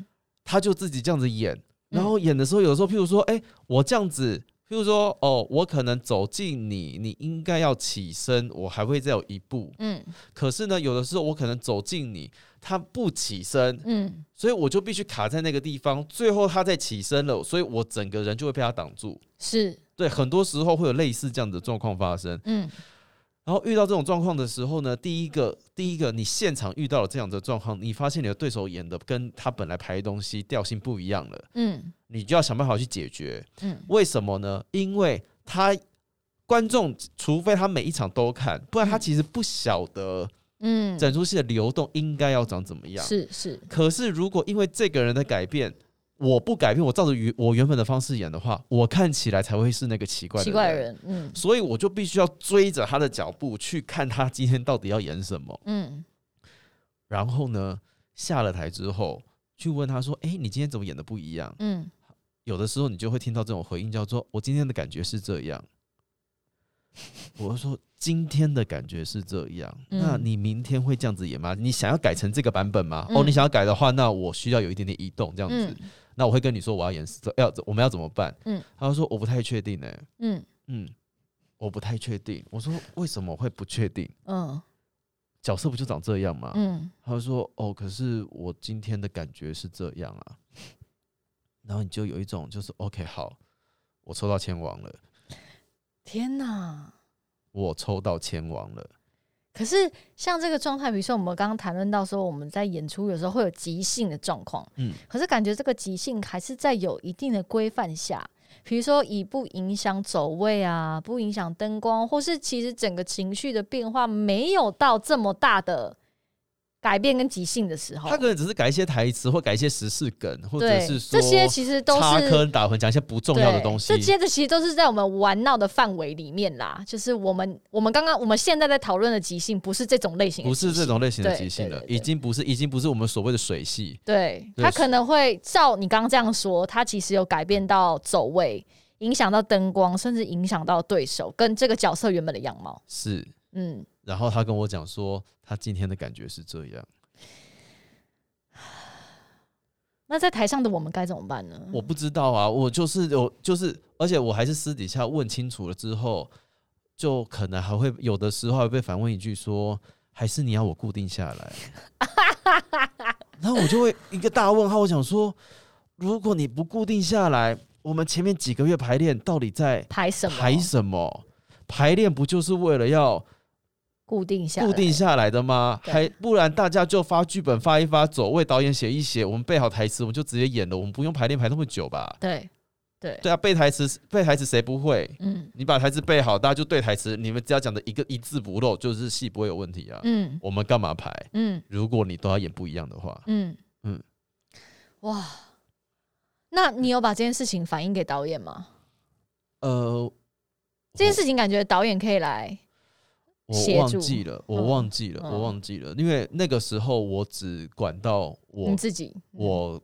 [SPEAKER 2] 他就自己这样子演，然后演的时候，有时候譬如说，哎、我这样子，譬如说，哦，我可能走近你，你应该要起身，我还会再有一步。
[SPEAKER 1] 嗯
[SPEAKER 2] 可是呢，有的时候我可能走近你，他不起身，
[SPEAKER 1] 嗯
[SPEAKER 2] 所以我就必须卡在那个地方。最后他再起身了，所以我整个人就会被他挡住。
[SPEAKER 1] 是
[SPEAKER 2] 对，很多时候会有类似这样的状况发生。
[SPEAKER 1] 嗯
[SPEAKER 2] 然后遇到这种状况的时候呢，第一个，第一个，你现场遇到了这样的状况，你发现你的对手演的跟他本来排的东西调性不一样了，
[SPEAKER 1] 嗯
[SPEAKER 2] 你就要想办法去解决。
[SPEAKER 1] 嗯
[SPEAKER 2] 为什么呢？因为他观众，除非他每一场都看，不然他其实不晓得
[SPEAKER 1] 嗯，
[SPEAKER 2] 整出戏的流动应该要长怎么样。
[SPEAKER 1] 是是
[SPEAKER 2] 可是如果因为这个人的改变，我不改变，我照着原我原本的方式演的话，我看起来才会是那个奇怪的
[SPEAKER 1] 奇
[SPEAKER 2] 人。
[SPEAKER 1] 怪的人。嗯
[SPEAKER 2] 所以我就必须要追着他的脚步去看他今天到底要演什么。
[SPEAKER 1] 嗯
[SPEAKER 2] 然后呢，下了台之后去问他说：“诶，你今天怎么演的不一样？”
[SPEAKER 1] 嗯，
[SPEAKER 2] 有的时候你就会听到这种回应，叫做“我今天的感觉是这样”。我说今天的感觉是这样，
[SPEAKER 1] 嗯
[SPEAKER 2] 那你明天会这样子演吗？你想要改成这个版本吗？
[SPEAKER 1] 嗯
[SPEAKER 2] 哦，你想要改的话，那我需要有一点点移动，这样子。
[SPEAKER 1] 嗯
[SPEAKER 2] 那我会跟你说我要演是这要我们要怎么办？
[SPEAKER 1] 嗯
[SPEAKER 2] 他就说我不太确定呢、
[SPEAKER 1] 嗯
[SPEAKER 2] 嗯，我不太确定。我说为什么会不确定？
[SPEAKER 1] 嗯
[SPEAKER 2] 角色不就长这样吗？
[SPEAKER 1] 嗯
[SPEAKER 2] 他就说：“哦，可是我今天的感觉是这样啊。” *laughs* 然后你就有一种就是 OK，好，我抽到签王了，
[SPEAKER 1] 天哪！
[SPEAKER 2] 我抽到签王了。
[SPEAKER 1] 可是像这个状态，比如说我们刚刚谈论到说，我们在演出有时候会有即兴的状况，
[SPEAKER 2] 嗯，
[SPEAKER 1] 可是感觉这个即兴还是在有一定的规范下，比如说以不影响走位啊，不影响灯光，或是其实整个情绪的变化没有到这么大的改变跟即兴的时候
[SPEAKER 2] 他，可能只是改一些台词，或改一些时事梗，或者
[SPEAKER 1] 对
[SPEAKER 2] 是，说
[SPEAKER 1] 这些其实都
[SPEAKER 2] 插
[SPEAKER 1] 是。
[SPEAKER 2] 坑打诨，讲一些不重
[SPEAKER 1] 对，
[SPEAKER 2] 要的东西
[SPEAKER 1] 这。些的其实都是在我们玩闹的范围里面啦，就是我们我们刚刚我们现在在讨论的即兴，不是这种类型的
[SPEAKER 2] 不
[SPEAKER 1] 即兴，
[SPEAKER 2] 是这种类型的
[SPEAKER 1] 对
[SPEAKER 2] 即兴
[SPEAKER 1] 对
[SPEAKER 2] 了，
[SPEAKER 1] 对对
[SPEAKER 2] 已经不是，已经不是我们所谓的水戏，
[SPEAKER 1] 对
[SPEAKER 2] 对
[SPEAKER 1] 他可能会照你刚刚这样说，他其实有改变到走位，影响到灯光，甚至影响到对手跟这个角色原本的样貌。
[SPEAKER 2] 是。
[SPEAKER 1] 嗯，
[SPEAKER 2] 然后他跟我讲说，他今天的感觉是这样，
[SPEAKER 1] 那在台上的我们该怎么办呢？
[SPEAKER 2] 我不知道啊，我就是有，就是，而且我还是私底下问清楚了之后，就可能还会有的时候还会被反问一句说，还是你要我固定
[SPEAKER 1] *laughs*
[SPEAKER 2] 下来？然后我就会一个大问号，我想说，如果你不固定下来，我们前面几个月排练到底在
[SPEAKER 1] 排什么？
[SPEAKER 2] 排什么？排练不就是为了要
[SPEAKER 1] 固定下来，
[SPEAKER 2] 固定下来的吗？
[SPEAKER 1] 对
[SPEAKER 2] 还不然大家就发剧本发一发，走为导演写一写，我们背好台词，我们就直接演了，我们不用排练排那么久吧？
[SPEAKER 1] 对对，
[SPEAKER 2] 对啊，背台词背台词谁不会？
[SPEAKER 1] 嗯
[SPEAKER 2] 你把台词背好，大家就对台词，你们只要讲的一个一字不漏，就是戏不会有问题啊。
[SPEAKER 1] 嗯
[SPEAKER 2] 我们干嘛排？
[SPEAKER 1] 嗯
[SPEAKER 2] 如果你都要演不一样的话，
[SPEAKER 1] 嗯嗯
[SPEAKER 2] 嗯，
[SPEAKER 1] 哇，那你有把这件事情反映给导演吗？
[SPEAKER 2] 呃，
[SPEAKER 1] 这件事情感觉导演可以来，
[SPEAKER 2] 我
[SPEAKER 1] 协
[SPEAKER 2] 我忘
[SPEAKER 1] 助
[SPEAKER 2] 记了，
[SPEAKER 1] 嗯
[SPEAKER 2] 我忘记了，
[SPEAKER 1] 嗯
[SPEAKER 2] 我忘记了，因为那个时候我只管到我
[SPEAKER 1] 你自己，
[SPEAKER 2] 我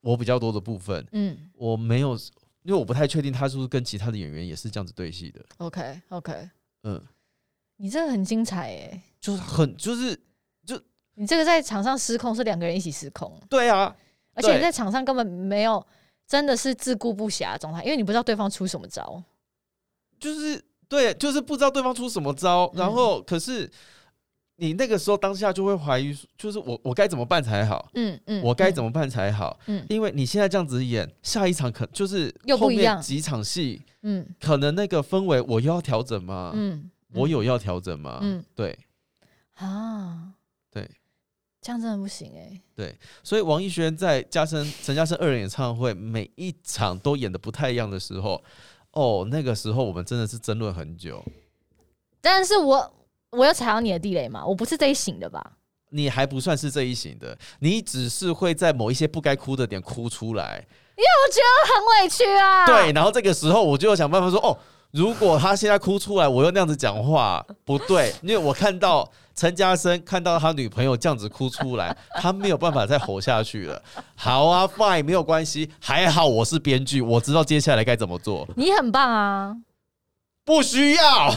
[SPEAKER 2] 我比较多的部分，
[SPEAKER 1] 嗯
[SPEAKER 2] 我没有，因为我不太确定他是不是跟其他的演员也是这样子对戏的。
[SPEAKER 1] ，OK OK，
[SPEAKER 2] 嗯，
[SPEAKER 1] 你这个很精彩哎、
[SPEAKER 2] 就是很就是
[SPEAKER 1] 你这个在场上失控是两个人一起失控，
[SPEAKER 2] 对啊，
[SPEAKER 1] 而且
[SPEAKER 2] 对
[SPEAKER 1] 你在场上根本没有真的是自顾不暇的状态，因为你不知道对方出什么招。
[SPEAKER 2] 就是对，就是不知道对方出什么招，然
[SPEAKER 1] 嗯
[SPEAKER 2] 后可是你那个时候当下就会怀疑，就是我我该怎么办才好，
[SPEAKER 1] 嗯嗯，
[SPEAKER 2] 我该
[SPEAKER 1] 么？
[SPEAKER 2] 怎么办才好？
[SPEAKER 1] 嗯
[SPEAKER 2] 因为你现在这样子演，下一场可就是
[SPEAKER 1] 又
[SPEAKER 2] 后
[SPEAKER 1] 不一样
[SPEAKER 2] 面几场戏，
[SPEAKER 1] 嗯
[SPEAKER 2] 可能那个氛围我又要调整嘛，
[SPEAKER 1] 嗯，嗯
[SPEAKER 2] 我有要调整嘛，
[SPEAKER 1] 嗯
[SPEAKER 2] 对。
[SPEAKER 1] 啊，
[SPEAKER 2] 对，
[SPEAKER 1] 这样真的不行哎、
[SPEAKER 2] 所以王艺轩在加深陈嘉生二人演唱会每一场都演的不太一样的时候，哦，那个时候我们真的是争论很久。
[SPEAKER 1] 但是我我有踩到你的地雷嘛？我不是这一型的
[SPEAKER 2] *laughs*
[SPEAKER 1] 吧？
[SPEAKER 2] 你还不算是这一型的，你只是会在某一些不该哭的点哭出来。
[SPEAKER 1] 很委屈啊。
[SPEAKER 2] 对，，然后这个时候我就想办法说，哦，如果他现在哭出来，我又那样子讲话不
[SPEAKER 1] *laughs*
[SPEAKER 2] 对，因为我看到陈嘉生看到他女朋友这样子哭出来， *laughs* 他没有办法再活下去了。好啊，fine，没有关系，还好我是编剧，我知道接下来该怎么做，
[SPEAKER 1] 你很棒啊！
[SPEAKER 2] 不
[SPEAKER 1] *laughs*
[SPEAKER 2] 需要。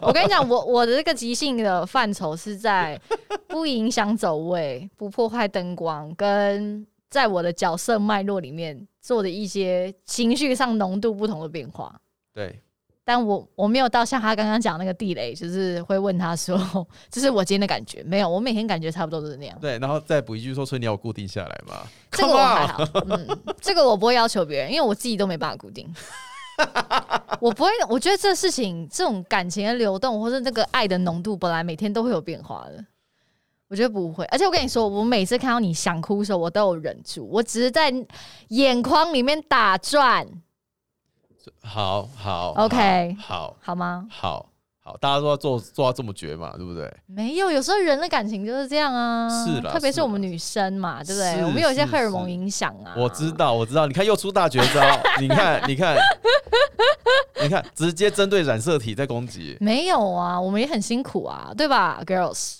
[SPEAKER 1] 我跟你讲，我我的这个即兴的范畴是在不影响走位、不破坏灯光，跟在我的角色脉络里面做的一些情绪上浓度不同的变化。
[SPEAKER 2] 对，
[SPEAKER 1] 但我我没有到像他刚刚讲那个地雷，就是会问他说， *laughs* 这是我今天的感觉。没有，我每天感觉差不多都是那样。
[SPEAKER 2] 对，然后再补一句说，所以你要固定下来嘛。
[SPEAKER 1] 这个我还好，嗯，这个我不会要求别人，因为我自己都没办法固
[SPEAKER 2] *laughs*
[SPEAKER 1] 定。我不会，我觉得这事情这种感情的流动，或是这个爱的浓度，本来每天都会有变化的。我觉得不会，而且我跟你说，我每次看到你想哭的时候，我都有忍住，我只是在眼眶里面打转，
[SPEAKER 2] 好好
[SPEAKER 1] OK
[SPEAKER 2] 好
[SPEAKER 1] 好吗？
[SPEAKER 2] 好好，大家都要做做到这么绝嘛，对不对？
[SPEAKER 1] 没有，有时候人的感情就是这样啊，
[SPEAKER 2] 是啦
[SPEAKER 1] 特别
[SPEAKER 2] 是
[SPEAKER 1] 是
[SPEAKER 2] 啦
[SPEAKER 1] 我们女生嘛，对不对
[SPEAKER 2] 是？
[SPEAKER 1] 我们有一些
[SPEAKER 2] 是
[SPEAKER 1] 荷尔蒙
[SPEAKER 2] 是
[SPEAKER 1] 影响啊。
[SPEAKER 2] 我知道，我知道，你看又出大绝招， *laughs* 你看，你看，你看，直接针对染色体在
[SPEAKER 1] *laughs*
[SPEAKER 2] 攻击。
[SPEAKER 1] 没有啊，我们也很辛苦啊，对吧，girls？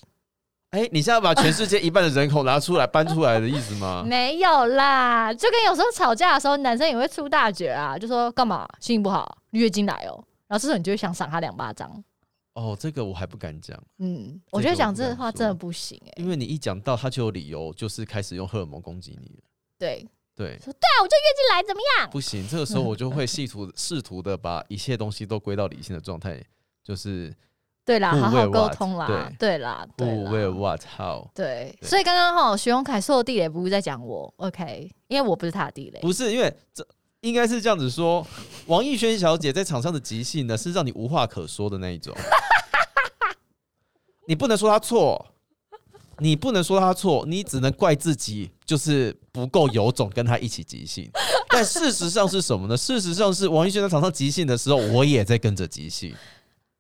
[SPEAKER 2] 哎、你现在把全世界一半的人口拿出来搬出来的意思
[SPEAKER 1] *laughs*
[SPEAKER 2] 吗？
[SPEAKER 1] 没有啦，就跟有时候吵架的时候，男生也会出大绝啊，就说干嘛心情不好，月经来哦，然后这时候你就会想赏他两巴掌。
[SPEAKER 2] 哦，这个我还不敢讲，
[SPEAKER 1] 嗯，我觉得讲这话
[SPEAKER 2] 这
[SPEAKER 1] 真
[SPEAKER 2] 个我不敢说
[SPEAKER 1] 的不行哎、
[SPEAKER 2] 因为你一讲到他就有理由，就是开始用荷尔蒙攻击你了。
[SPEAKER 1] 对，
[SPEAKER 2] 对，
[SPEAKER 1] 那我就月经来怎么样？
[SPEAKER 2] 不行，这个时候我就会试图试图的把一切东西都归到理性的状态，就是
[SPEAKER 1] 对啦，
[SPEAKER 2] Who
[SPEAKER 1] 好好
[SPEAKER 2] will
[SPEAKER 1] 沟
[SPEAKER 2] what？
[SPEAKER 1] 通啦，
[SPEAKER 2] 啊对
[SPEAKER 1] 对啦，对
[SPEAKER 2] who
[SPEAKER 1] 啦
[SPEAKER 2] where what how。
[SPEAKER 1] 对，
[SPEAKER 2] 对
[SPEAKER 1] 所以刚刚哈，徐荣凯说的地雷不是在讲我，OK，因为我不是他的地雷，
[SPEAKER 2] 不是因为这应该是这样子说，王艺轩小姐在场上的即兴呢，是让你无话可说的那
[SPEAKER 1] *laughs*
[SPEAKER 2] 一种。你不能说她错，你不能说她错，你只能怪自己就是不够有种跟她一起即
[SPEAKER 1] *laughs*
[SPEAKER 2] 兴。但事实上是什么呢？事实上是王艺轩在场上即兴的时候，我也在跟着即兴。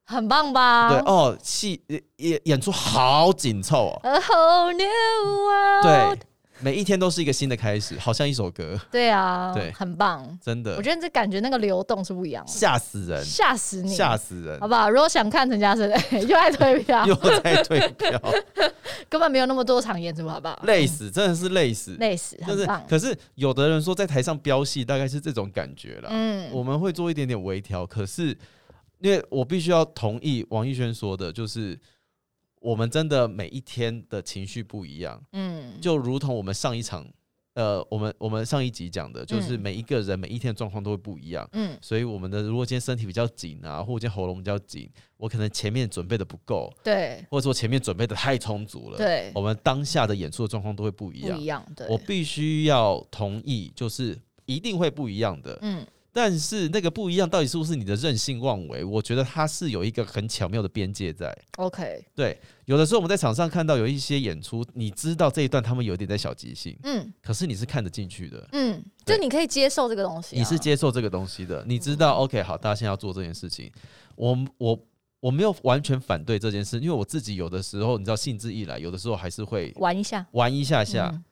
[SPEAKER 1] 很棒吧？
[SPEAKER 2] 对哦，戏演演出好紧凑哦，
[SPEAKER 1] A whole new world，
[SPEAKER 2] 对，每一天都是一个新的开始，好像一首歌，
[SPEAKER 1] 对啊，
[SPEAKER 2] 对
[SPEAKER 1] 很棒。
[SPEAKER 2] 真的
[SPEAKER 1] 我觉得这感觉那个流动是不一样的，
[SPEAKER 2] 吓死人，
[SPEAKER 1] 吓死你，
[SPEAKER 2] 吓死人
[SPEAKER 1] 好。不好？如果想看陈嘉 *laughs* 生，又爱退票， *laughs*
[SPEAKER 2] 又在退票，
[SPEAKER 1] 根本没有那么多场演出，好不好？
[SPEAKER 2] 累死，真的是累死，
[SPEAKER 1] 累死，
[SPEAKER 2] 就
[SPEAKER 1] 很
[SPEAKER 2] 是
[SPEAKER 1] 棒。。
[SPEAKER 2] 可是有的人说在台上飙戏，大概是这种感觉啦。
[SPEAKER 1] 嗯，
[SPEAKER 2] 我们会做一点点微调，可是因为我必须要同意王艺轩说的，就是我们真的每一天的情绪不一样，
[SPEAKER 1] 嗯，
[SPEAKER 2] 就如同我们上一场，呃，我们我们上一集讲的，就是
[SPEAKER 1] 嗯
[SPEAKER 2] 每一个人每一天的状况都会不一样。
[SPEAKER 1] 嗯，
[SPEAKER 2] 所以我们的如果今天身体比较紧啊，或者今天喉咙比较紧，我可能前面准备的不够，
[SPEAKER 1] 对
[SPEAKER 2] 或者说前面准备的太充足了，
[SPEAKER 1] 对，
[SPEAKER 2] 我们当下的演出的状况都会不一
[SPEAKER 1] 不
[SPEAKER 2] 样
[SPEAKER 1] 一。样，对，
[SPEAKER 2] 我必须要同意，就是一定会不一样的。
[SPEAKER 1] 嗯，
[SPEAKER 2] 但是那个不一样到底是不是你的任性妄为？我觉得它是有一个很巧妙的边界在。
[SPEAKER 1] ，OK，
[SPEAKER 2] 对，有的时候我们在场上看到有一些演出，你知道这一段他们有点在小即兴，
[SPEAKER 1] 嗯
[SPEAKER 2] 可是你是看得进去的，
[SPEAKER 1] 嗯，就
[SPEAKER 2] 对
[SPEAKER 1] 你可以接受这个东西啊，嗯
[SPEAKER 2] 你是接受这个东西的，你知道、OK 好，大家现在要做这件事情，我我。我没有完全反对这件事，因为我自己有的时候，你知道兴致一来，有的时候还是会
[SPEAKER 1] 玩一下，
[SPEAKER 2] 玩一下下，
[SPEAKER 1] 嗯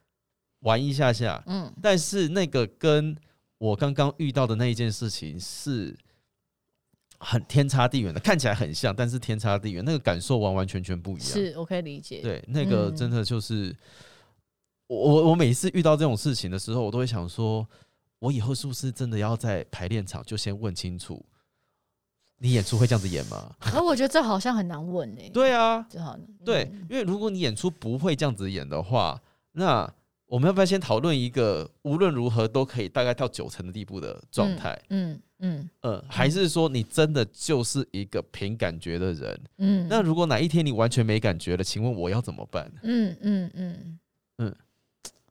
[SPEAKER 2] 玩一下下，
[SPEAKER 1] 嗯
[SPEAKER 2] 但是那个跟我刚刚遇到的那一件事情是很天差地远的，看起来很像，但是天差地远，那个感受完完全全不一样。
[SPEAKER 1] 是我可以理解，
[SPEAKER 2] 对，那个
[SPEAKER 1] 嗯
[SPEAKER 2] 真的就是、我我我每次遇到这种事情的时候，我都会想说，我以后是不是真的要在排练场就先问清楚？你演出会这样子演吗？ *laughs*
[SPEAKER 1] 而我觉得这好像很难问诶、
[SPEAKER 2] 对啊，
[SPEAKER 1] 这好像
[SPEAKER 2] 对
[SPEAKER 1] 嗯，
[SPEAKER 2] 因为如果你演出不会这样子演的话，那我们要不要先讨论一个无论如何都可以大概到九成的地步的状态？
[SPEAKER 1] 嗯嗯
[SPEAKER 2] 嗯、还是说你真的就是一个凭感觉的人？
[SPEAKER 1] 嗯，
[SPEAKER 2] 那如果哪一天你完全没感觉了，请问我要怎么办？
[SPEAKER 1] 嗯嗯嗯
[SPEAKER 2] 嗯
[SPEAKER 1] 嗯，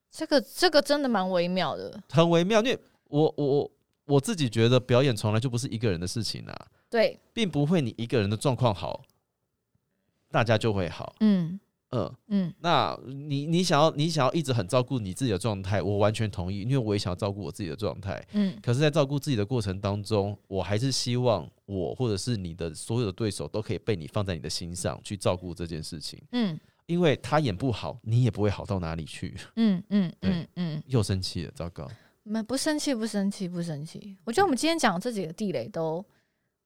[SPEAKER 1] 这个这个真的蛮微妙的，
[SPEAKER 2] 很微妙，因为我我我我自己觉得表演从来就不是一个人的事情啊，
[SPEAKER 1] 对，
[SPEAKER 2] 并不会你一个人的状况好，大家就会好。
[SPEAKER 1] 嗯
[SPEAKER 2] 嗯、
[SPEAKER 1] 嗯
[SPEAKER 2] 那你你想要你想要一直很照顾你自己的状态，我完全同意，因为我也想要照顾我自己的状态。
[SPEAKER 1] 嗯
[SPEAKER 2] 可是，在照顾自己的过程当中，我还是希望我或者是你的所有的对手都可以被你放在你的心上去照顾这件事情，
[SPEAKER 1] 嗯
[SPEAKER 2] 因为他演不好，你也不会好到哪里去。
[SPEAKER 1] 嗯嗯嗯嗯，
[SPEAKER 2] 又生气了，糟糕！
[SPEAKER 1] 没不生气不生气不生气，我觉得我们今天讲的这几个地雷都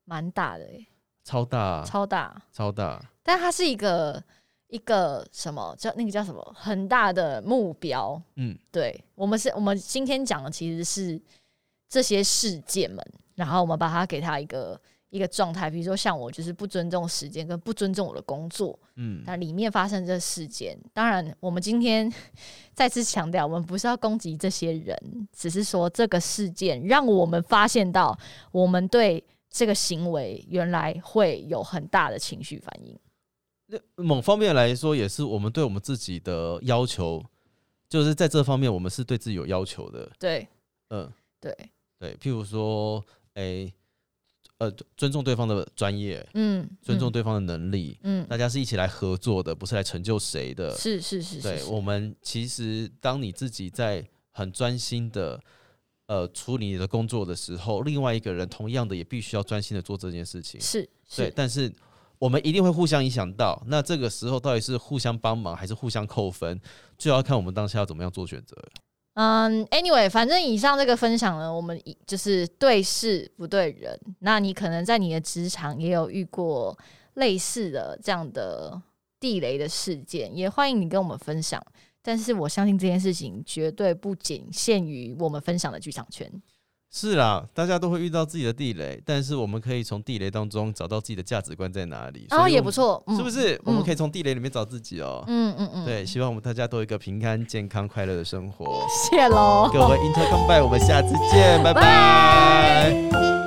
[SPEAKER 1] 蛮大的、欸，
[SPEAKER 2] 超大，超
[SPEAKER 1] 超大，
[SPEAKER 2] 大，
[SPEAKER 1] 但它是一个一个什么叫那个叫什么很大的目标，
[SPEAKER 2] 嗯，
[SPEAKER 1] 对我们是我们今天讲的其实是这些事件们，然后我们把它给它一个一个状态，比如说像我就是不尊重时间跟不尊重我的工作，
[SPEAKER 2] 嗯，
[SPEAKER 1] 那里面发生这事件，当然我们今天 *laughs* 再次强调，我们不是要攻击这些人，只是说这个事件让我们发现到我们对。这个行为原来会有很大的情绪反应，
[SPEAKER 2] 那某方面来说，也是我们对我们自己的要求，就是在这方面，我们是对自己有要求的。
[SPEAKER 1] 对
[SPEAKER 2] 嗯，
[SPEAKER 1] 对，
[SPEAKER 2] 对，譬如说，诶，呃，尊重对方的专业，
[SPEAKER 1] 嗯，
[SPEAKER 2] 尊重对方的能力，
[SPEAKER 1] 嗯，嗯，
[SPEAKER 2] 大家是一起来合作的，不是来成就谁的。
[SPEAKER 1] 是是是是
[SPEAKER 2] 对，
[SPEAKER 1] 是，
[SPEAKER 2] 我们其实当你自己在很专心的呃处理你的工作的时候，另外一个人同样的也必须要专心的做这件事情。
[SPEAKER 1] 是
[SPEAKER 2] 对
[SPEAKER 1] 是，，
[SPEAKER 2] 但是我们一定会互相影响到。那这个时候到底是互相帮忙还是互相扣分，就要看我们当下要怎么样做选择。
[SPEAKER 1] 嗯，anyway，反正以上这个分享呢，我们以就是对事不对人。那你可能在你的职场也有遇过类似的这样的地雷的事件，也欢迎你跟我们分享。但是我相信这件事情绝对不仅限于我们分享的剧场圈。
[SPEAKER 2] 是啦，大家都会遇到自己的地雷，但是我们可以从地雷当中找到自己的价值观在哪里。
[SPEAKER 1] 然后
[SPEAKER 2] 所以
[SPEAKER 1] 也
[SPEAKER 2] 我们
[SPEAKER 1] 不，错，嗯
[SPEAKER 2] 是不？是？我们可以从地雷里面找自己哦。
[SPEAKER 1] 嗯嗯嗯，，哦
[SPEAKER 2] 对，希望我们大家都有一个平安、健康、快乐的生活。
[SPEAKER 1] 谢喽。
[SPEAKER 2] 各位 Inter Come By，我们下次见，拜
[SPEAKER 1] 拜
[SPEAKER 2] 拜。